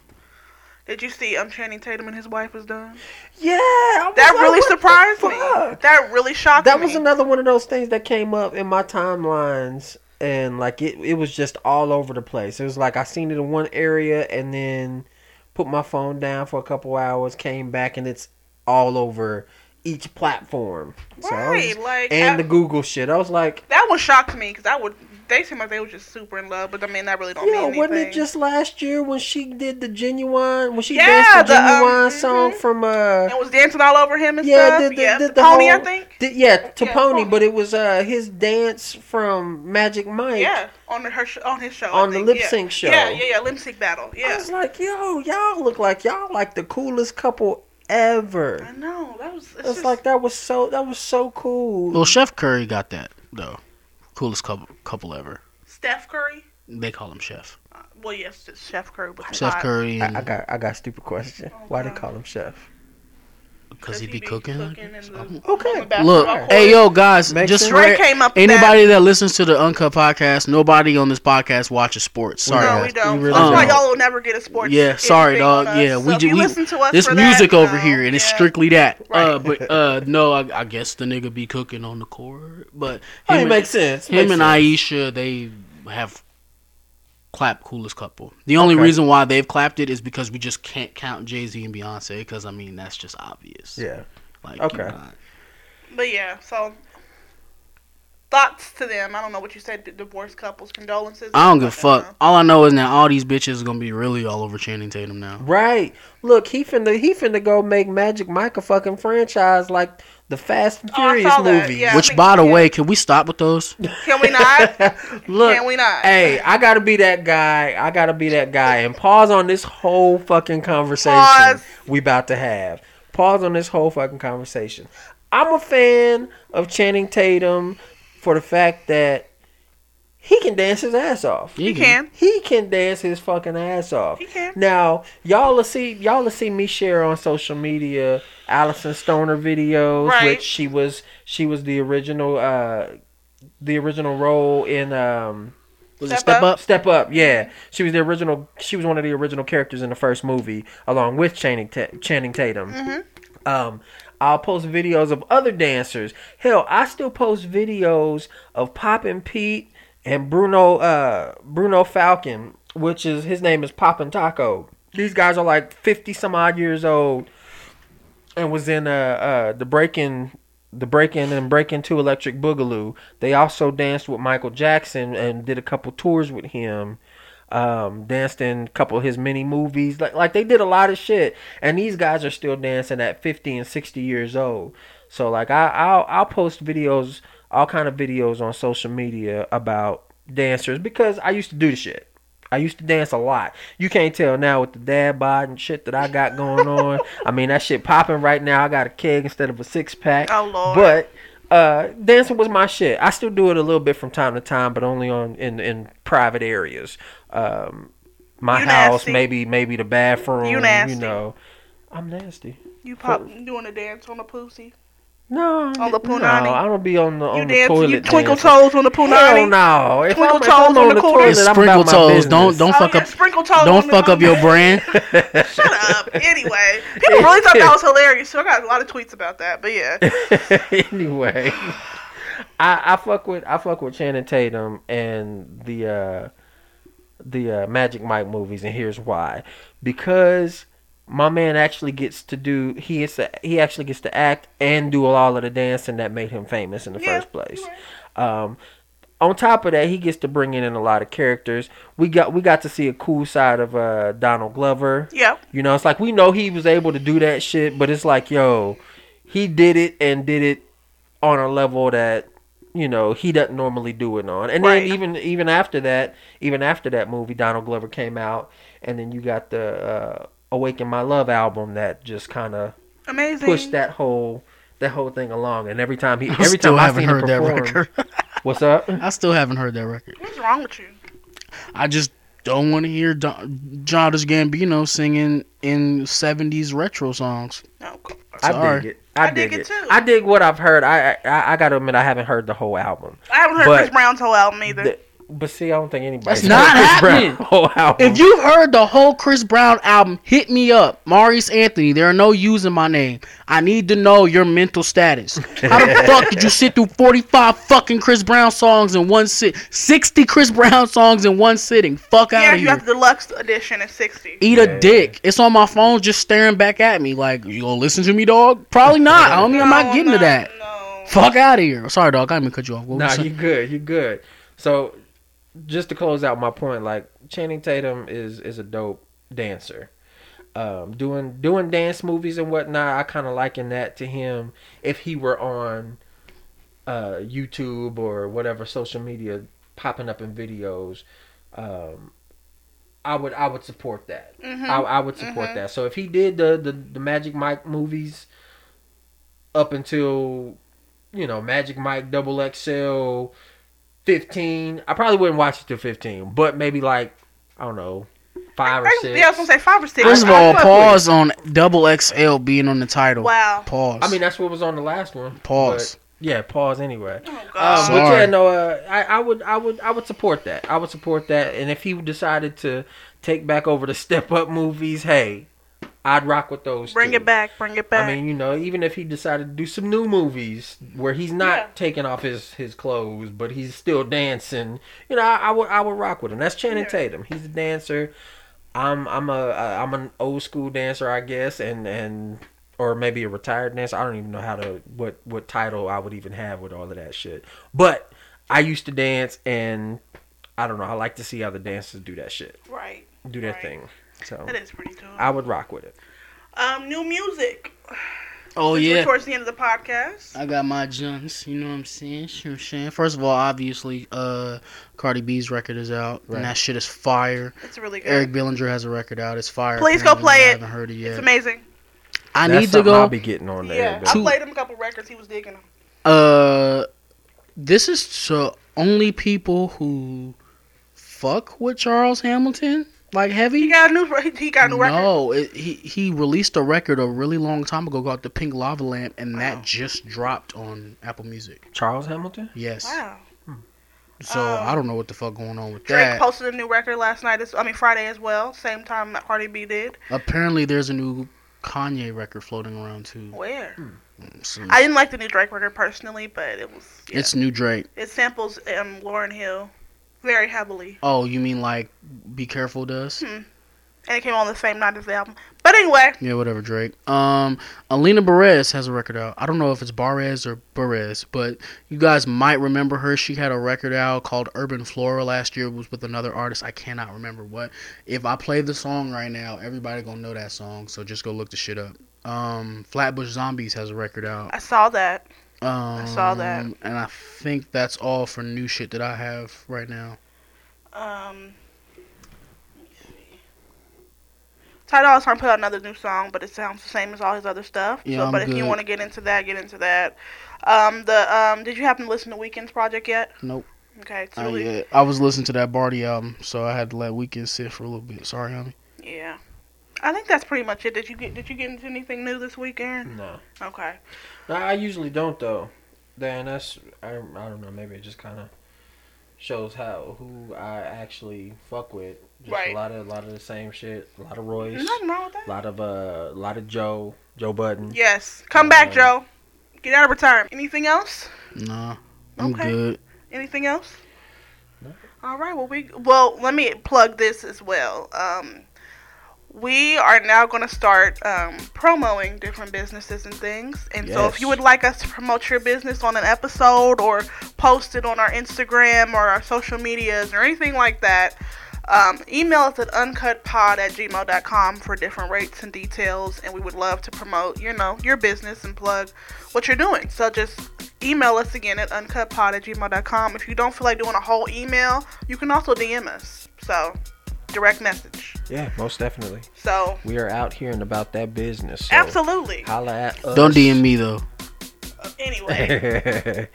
Speaker 2: Did you see um Channing Tatum and his wife was done?
Speaker 3: Yeah, I was
Speaker 2: That
Speaker 3: like,
Speaker 2: really
Speaker 3: what the
Speaker 2: surprised me.
Speaker 3: fuck?
Speaker 2: That really shocked
Speaker 3: That
Speaker 2: me.
Speaker 3: was another one of those things that came up in my timelines, and like it, it was just all over the place. It was like I seen it in one area, and then put my phone down for a couple hours, came back, and it's all over each platform. So I was-
Speaker 2: right, like
Speaker 3: and
Speaker 2: I-
Speaker 3: the Google shit. I was like,
Speaker 2: that one shocked me because I would. They seem like they were just super in love, but I mean that really don't
Speaker 3: yeah,
Speaker 2: mean anything.
Speaker 3: wasn't it just last year when she did the genuine when she
Speaker 2: Yeah,
Speaker 3: danced the
Speaker 2: the, um,
Speaker 3: genuine song
Speaker 2: mhm.
Speaker 3: from uh
Speaker 2: and was dancing all over him and
Speaker 3: Yeah,
Speaker 2: stuff.
Speaker 3: the- the-
Speaker 2: yeah,
Speaker 3: the-
Speaker 2: the,
Speaker 3: the
Speaker 2: pony,
Speaker 3: whole-
Speaker 2: I think.
Speaker 3: Th- yeah, to
Speaker 2: Yeah,
Speaker 3: Pony,
Speaker 2: Pony.
Speaker 3: but it was uh his dance from Magic Mike.
Speaker 2: Yeah, on her sh- on his show. I
Speaker 3: On the
Speaker 2: think,
Speaker 3: lip
Speaker 2: yeah.
Speaker 3: sync show.
Speaker 2: Yeah, yeah, yeah, lip sync battle.
Speaker 3: I
Speaker 2: Yeah,
Speaker 3: was like, yo, y'all look like y'all like the coolest couple ever.
Speaker 2: I know that was. It's,
Speaker 3: It's
Speaker 2: just,
Speaker 3: like that was so that was so cool.
Speaker 1: Well, Chef Curry got that though. Coolest couple couple ever.
Speaker 2: Steph Curry.
Speaker 1: They call him Chef.
Speaker 2: Uh, well, yes, it's Chef Curry. With the
Speaker 1: Chef
Speaker 2: hot-
Speaker 1: Curry,
Speaker 3: I, I got I got a stupid question.
Speaker 2: Oh,
Speaker 3: Why they
Speaker 2: God.
Speaker 3: call him chef?
Speaker 1: because he be cooking. like
Speaker 2: in
Speaker 1: this. I'm-
Speaker 2: the-
Speaker 3: Okay.
Speaker 2: on the basketball
Speaker 1: Look,
Speaker 2: court.
Speaker 1: hey yo guys,
Speaker 3: Makes
Speaker 1: just
Speaker 3: sense.
Speaker 1: for
Speaker 2: Dre came up. with
Speaker 1: anybody that listens to the Uncut podcast, nobody on this podcast watches sports.
Speaker 3: We
Speaker 2: That.
Speaker 1: Sorry,
Speaker 2: No,
Speaker 3: Sorry,
Speaker 2: we
Speaker 1: guys.
Speaker 2: don't.
Speaker 3: really
Speaker 2: That's why
Speaker 1: don't.
Speaker 2: y'all will never get a sports.
Speaker 1: Yeah,
Speaker 2: it's
Speaker 1: sorry,
Speaker 2: big
Speaker 1: dog.
Speaker 2: on us.
Speaker 1: Yeah, we
Speaker 2: so if
Speaker 1: do-
Speaker 2: you
Speaker 1: we-
Speaker 2: listen to us
Speaker 1: this
Speaker 2: for
Speaker 1: music
Speaker 2: that,
Speaker 1: over
Speaker 2: no,
Speaker 1: here and it's
Speaker 2: yeah.
Speaker 1: strictly that. Uh,
Speaker 2: Right.
Speaker 1: but uh, no, I, I guess the nigga be cooking on the court. But
Speaker 3: Oh,
Speaker 1: him
Speaker 3: it
Speaker 1: and-
Speaker 3: makes sense.
Speaker 1: Him
Speaker 3: Makes
Speaker 1: and
Speaker 3: sense.
Speaker 1: Aisha, they have clapped coolest couple. The only
Speaker 3: Okay.
Speaker 1: reason why they've clapped it is because we just can't count Jay Z and Beyonce because I mean that's just obvious.
Speaker 3: Yeah.
Speaker 1: Like,
Speaker 3: Okay.
Speaker 1: you're not-
Speaker 2: But yeah, so thoughts to them. I don't know what you said. d- Divorced couples, condolences. uh,
Speaker 1: I don't give a
Speaker 2: don't
Speaker 1: fuck. All I know is now all these bitches is gonna be really all over Channing Tatum now.
Speaker 3: Right. Look, he finna he finna go make Magic Mike a fucking franchise like the Fast and
Speaker 2: Oh, I
Speaker 3: Furious
Speaker 2: saw that,
Speaker 3: movies.
Speaker 2: yeah. I
Speaker 1: Which,
Speaker 2: think-
Speaker 1: by the
Speaker 2: yeah.
Speaker 1: way, can we stop with those?
Speaker 2: Can we not?
Speaker 3: Look,
Speaker 2: Can we not?
Speaker 3: hey, I gotta be that guy. I gotta be that guy. And pause on this whole fucking conversation
Speaker 2: Pause.
Speaker 3: we about to have. Pause on this whole fucking conversation. I'm a fan of Channing Tatum for the fact that he can dance his ass off.
Speaker 2: You can.
Speaker 3: He can dance his fucking ass off.
Speaker 2: He can.
Speaker 3: Now, y'all will see y'all will see me share on social media Allison Stoner videos,
Speaker 2: Right.
Speaker 3: which she was she was the original uh the original role in um
Speaker 1: Was
Speaker 2: Step
Speaker 1: it step
Speaker 2: Up?
Speaker 1: up?
Speaker 3: Step Up, yeah. She was the original. She was one of the original characters in the first movie, along with Channing, Ta- Channing Tatum. Um, I'll post videos of other dancers. Hell, I still post videos of Poppin' Pete and Bruno uh, Bruno Falcon, which is his name is Poppin' Taco. These guys are like fifty some odd years old, and was in uh, uh the Breaking the Breaking and Breaking Two Electric Boogaloo. They also danced with Michael Jackson and did a couple tours with him. Um, danced in a couple of his mini movies. Like like they did a lot of shit. And these guys are still dancing at fifty and sixty years old. So like I I'll, I'll post videos, all kind of videos on social media about dancers because I used to do the shit. I used to dance a lot. You can't tell now with the dad bod and shit that I got going on. I mean that shit popping right now. I got a keg instead of a six pack.
Speaker 2: Oh, Lord.
Speaker 3: But uh, dancing was my shit. I still do it a little bit from time to time, but only on in in private areas. Um, my
Speaker 2: You
Speaker 3: house,
Speaker 2: nasty.
Speaker 3: maybe maybe the bathroom.
Speaker 2: You nasty.
Speaker 3: You know, I'm nasty.
Speaker 2: You pop doing a dance on the pussy.
Speaker 3: No,
Speaker 2: On the
Speaker 3: no,
Speaker 2: punani.
Speaker 3: I don't be on the on
Speaker 2: You
Speaker 3: the
Speaker 2: dance.
Speaker 3: toilet.
Speaker 2: You twinkle
Speaker 3: dancing.
Speaker 2: toes on the
Speaker 3: Hell
Speaker 2: punani.
Speaker 3: no! If
Speaker 2: Twinkle
Speaker 3: I'm, if I'm
Speaker 2: toes
Speaker 3: on
Speaker 2: on
Speaker 3: the
Speaker 2: the corner.
Speaker 3: toilet,
Speaker 1: It's
Speaker 3: I'm about
Speaker 1: sprinkle
Speaker 3: my
Speaker 1: toes.
Speaker 3: business.
Speaker 1: Don't don't
Speaker 2: Oh,
Speaker 1: fuck
Speaker 2: yeah,
Speaker 1: up.
Speaker 2: Sprinkle toes.
Speaker 1: Don't
Speaker 2: on the
Speaker 1: fuck up your
Speaker 2: punani.
Speaker 1: brand.
Speaker 2: Shut up. Anyway, people really thought that was hilarious. So I got a lot of tweets about that. But yeah,
Speaker 3: anyway, I, I fuck with I fuck with Channing Tatum and the uh, the uh, Magic Mike movies, and here's why: because my man actually gets to do he is to, he actually gets to act and do all of the dancing that made him famous in the
Speaker 2: Yeah,
Speaker 3: first place.
Speaker 2: you're
Speaker 3: Um, on top of that, he gets to bring in a lot of characters. We got we got to see a cool side of uh, Donald Glover.
Speaker 2: yeah.
Speaker 3: You know, it's like we know he was able to do that shit, but it's like, yo, he did it and did it on a level that you know he doesn't normally do it on. And
Speaker 2: Right.
Speaker 3: then even even after that, even after that movie, Donald Glover came out, and then you got the uh, "Awaken My Love" album that just kind of
Speaker 2: Amazing.
Speaker 3: pushed that whole that whole thing along. And every time he,
Speaker 1: I
Speaker 3: every
Speaker 1: still
Speaker 3: time I
Speaker 1: haven't
Speaker 3: seen him
Speaker 1: heard that
Speaker 3: perform,
Speaker 1: record.
Speaker 3: what's up?
Speaker 1: I still haven't heard that record.
Speaker 2: What's wrong with you?
Speaker 1: I just don't want to hear Don- Childish Gambino singing in 70s retro songs.
Speaker 2: No. cool.
Speaker 3: I
Speaker 1: Sorry.
Speaker 3: dig it. I, dig, it. Too. I dig what I've heard. I I, I got to admit I haven't heard the whole album.
Speaker 2: I haven't heard
Speaker 3: But
Speaker 2: Chris Brown's whole album either.
Speaker 3: The- but see, I don't think anybody's
Speaker 1: That's not
Speaker 3: heard Chris Brown
Speaker 1: happening.
Speaker 3: whole album.
Speaker 1: If you've heard the whole Chris Brown album, hit me up. Maurice Anthony, there are no U's in my name. I need to know your mental status. How the fuck did you sit through 45 fucking Chris Brown songs in one sit? 60 Chris Brown songs in one sitting. Fuck out
Speaker 2: yeah,
Speaker 1: of
Speaker 2: you
Speaker 1: here.
Speaker 2: have the deluxe edition at sixty.
Speaker 1: Eat
Speaker 3: Yeah.
Speaker 1: a dick. It's on my phone just staring back at me like, you gonna listen to me, dog? Probably not. I mean, I'm
Speaker 2: No,
Speaker 1: not getting to
Speaker 2: Oh, no,
Speaker 1: that.
Speaker 2: No.
Speaker 1: Fuck out of here. Sorry, dog. I didn't mean to cut you off. What
Speaker 3: Nah,
Speaker 1: was it?
Speaker 3: you good. You good. So, just to close out my point, like Channing Tatum is is a dope dancer. Um, doing doing dance movies and whatnot, I kind of liken that to him if he were on uh, YouTube or whatever social media popping up in videos. Um, I would I would support that.
Speaker 2: Mhm.
Speaker 3: I, I would support
Speaker 2: Mhm.
Speaker 3: that. So if he did the, the the Magic Mike movies up until you know Magic Mike Double XL fifteen, I probably wouldn't watch it till fifteen, but maybe like I don't know five or
Speaker 2: I-
Speaker 3: six.
Speaker 2: yeah, I was gonna say five or six.
Speaker 1: First of
Speaker 2: I- I
Speaker 1: all,
Speaker 2: fuck with
Speaker 1: pause on double XL being on the
Speaker 2: it.
Speaker 1: title.
Speaker 2: Wow.
Speaker 1: Pause.
Speaker 3: I mean that's what was on the last one.
Speaker 1: pause.
Speaker 3: but- yeah, pause anyway.
Speaker 2: Oh
Speaker 3: Um,
Speaker 2: god.
Speaker 3: but
Speaker 1: Sorry.
Speaker 3: yeah, no, uh, I, I would, I would, I would support that. I would support that. And if he decided to take back over the Step Up movies, hey, I'd rock with those.
Speaker 2: bring
Speaker 3: too.
Speaker 2: it back. Bring it back.
Speaker 3: I mean, you know, even if he decided to do some new movies where he's not
Speaker 2: Yeah.
Speaker 3: taking off his, his clothes, but he's still dancing, you know, I, I would I would rock with him. That's Channing
Speaker 2: Yeah.
Speaker 3: Tatum. He's a dancer. I'm I'm a uh, I'm an old school dancer, I guess, and and or maybe a retired dancer. I don't even know how to what what title I would even have with all of that shit. But I used to dance, and I don't know. I like to see other dancers do that shit,
Speaker 2: right.
Speaker 3: do that
Speaker 2: Right.
Speaker 3: thing. So
Speaker 2: That is pretty cool.
Speaker 3: I would rock with it.
Speaker 2: Um, new music.
Speaker 1: oh
Speaker 2: Since we're
Speaker 1: yeah.
Speaker 2: Towards the end of the podcast.
Speaker 1: I got my junks, you know what I'm saying? Sure, saying. First of all, obviously, uh, Cardi B's record is out,
Speaker 3: Right.
Speaker 1: and that shit is fire.
Speaker 2: It's really good.
Speaker 1: Eric Billinger has a record out, it's fire.
Speaker 2: Please go
Speaker 1: apparently.
Speaker 2: play
Speaker 1: I
Speaker 2: it.
Speaker 1: haven't heard it
Speaker 2: It's
Speaker 1: yet.
Speaker 2: amazing.
Speaker 1: I
Speaker 3: That's
Speaker 1: need to
Speaker 3: something I'll
Speaker 1: go.
Speaker 3: be getting on there.
Speaker 2: Yeah,
Speaker 3: though.
Speaker 2: I
Speaker 1: Two-
Speaker 2: played him a couple records. He was digging them.
Speaker 1: Uh, this is to only people who fuck with Charles Hamilton like heavy.
Speaker 2: He got a new. He got a new record.
Speaker 1: No, it, he he released a record a really long time ago called "The Pink Lava Lamp," and that
Speaker 2: Wow.
Speaker 1: just dropped on Apple Music.
Speaker 3: Charles Hamilton?
Speaker 1: Yes,
Speaker 2: Wow.
Speaker 1: so
Speaker 2: Um,
Speaker 1: I don't know what the fuck going on with
Speaker 2: Drake
Speaker 1: that.
Speaker 2: posted a new record last night. As, I mean, Friday as well. Same time that Cardi B did.
Speaker 1: Apparently, there's a new Kanye record floating around too.
Speaker 2: Where?
Speaker 1: So
Speaker 2: I didn't like the new Drake record personally, but it was. yeah.
Speaker 1: It's new Drake.
Speaker 2: It samples um, Lauren Hill very heavily,
Speaker 1: Oh, you mean like "Be Careful" does?
Speaker 2: and it came on the same night as the album. But anyway,
Speaker 1: Yeah, whatever, Drake. Um, Alina Perez has a record out. I don't know if it's Barrez or Perez, but you guys might remember her. She had a record out called Urban Flora last year. It was with another artist. I cannot remember what. If I play the song right now, everybody gonna know that song. So just go look the shit up. Um, Flatbush Zombies has a record out.
Speaker 2: I saw that.
Speaker 1: Um,
Speaker 2: saw that.
Speaker 1: and I think that's all for new shit that I have right now.
Speaker 2: Um, let me see. Ty Dolla Sign put out another new song, but it sounds the same as all his other stuff.
Speaker 1: Yeah,
Speaker 2: so,
Speaker 1: I'm
Speaker 2: but if you
Speaker 1: good.
Speaker 2: want to get into that, get into that. Um, the um, did you happen to listen to Weekend's project yet?
Speaker 1: Nope.
Speaker 2: Okay, it's
Speaker 1: I,
Speaker 2: really
Speaker 1: yeah, I was listening to that Barty album, so I had to let Weekend sit for a little bit. Sorry, homie.
Speaker 2: yeah. I think that's pretty much it. Did you get Did you get into anything new this week, Aaron?
Speaker 3: No.
Speaker 2: Okay.
Speaker 3: No, I usually don't though. Then that's I, I don't know. Maybe it just kind of shows how who I actually fuck with. Just
Speaker 2: Right.
Speaker 3: A lot of a lot of the same shit. A lot of Royce.
Speaker 2: Nothing wrong with that.
Speaker 3: A lot of uh, a lot of Joe. Joe Budden.
Speaker 2: Yes. Come back,
Speaker 3: Uh,
Speaker 2: Joe. Get out of retirement. Anything else?
Speaker 1: Nah, I'm
Speaker 2: Okay.
Speaker 1: good.
Speaker 2: Anything else?
Speaker 3: No.
Speaker 2: All right. Well, we well let me plug this as well. Um, we are now going to start um, promoting different businesses and things. And so, if
Speaker 3: Yes.
Speaker 2: you would like us to promote your business on an episode or post it on our Instagram or our social medias or anything like that, um, email us at uncutpod at gmail.com for different rates and details. And we would love to promote, you know, your business and plug what you're doing. So just email us again at uncutpod at gmail.com. If you don't feel like doing a whole email, you can also DM us. So direct message.
Speaker 3: Yeah, most definitely.
Speaker 2: So
Speaker 3: We are out here and about that business. so
Speaker 2: absolutely.
Speaker 3: Holla at us.
Speaker 1: Don't DM me though.
Speaker 2: Anyway,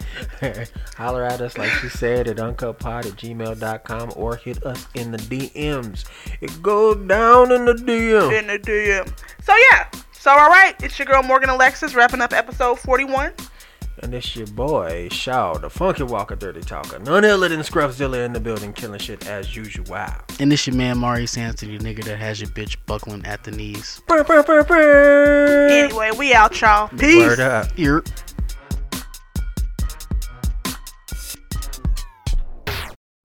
Speaker 3: Holler at us, like she said, at uncutpod at gmail.com or hit us in the DMs. It goes down in the DM.
Speaker 2: in the DM. So yeah. So all right, it's your girl Morgan Alexis wrapping up episode 41.
Speaker 3: And it's your boy, Shaw, the funky walker, dirty talker. None iller than Scruffzilla in the building, killing shit as usual.
Speaker 1: And this your man Mari Sands to the nigga that has your bitch buckling at the knees.
Speaker 3: Brr, brr, brr, brr.
Speaker 2: Anyway, we out, y'all. Peace.
Speaker 3: Word up.
Speaker 1: Ear.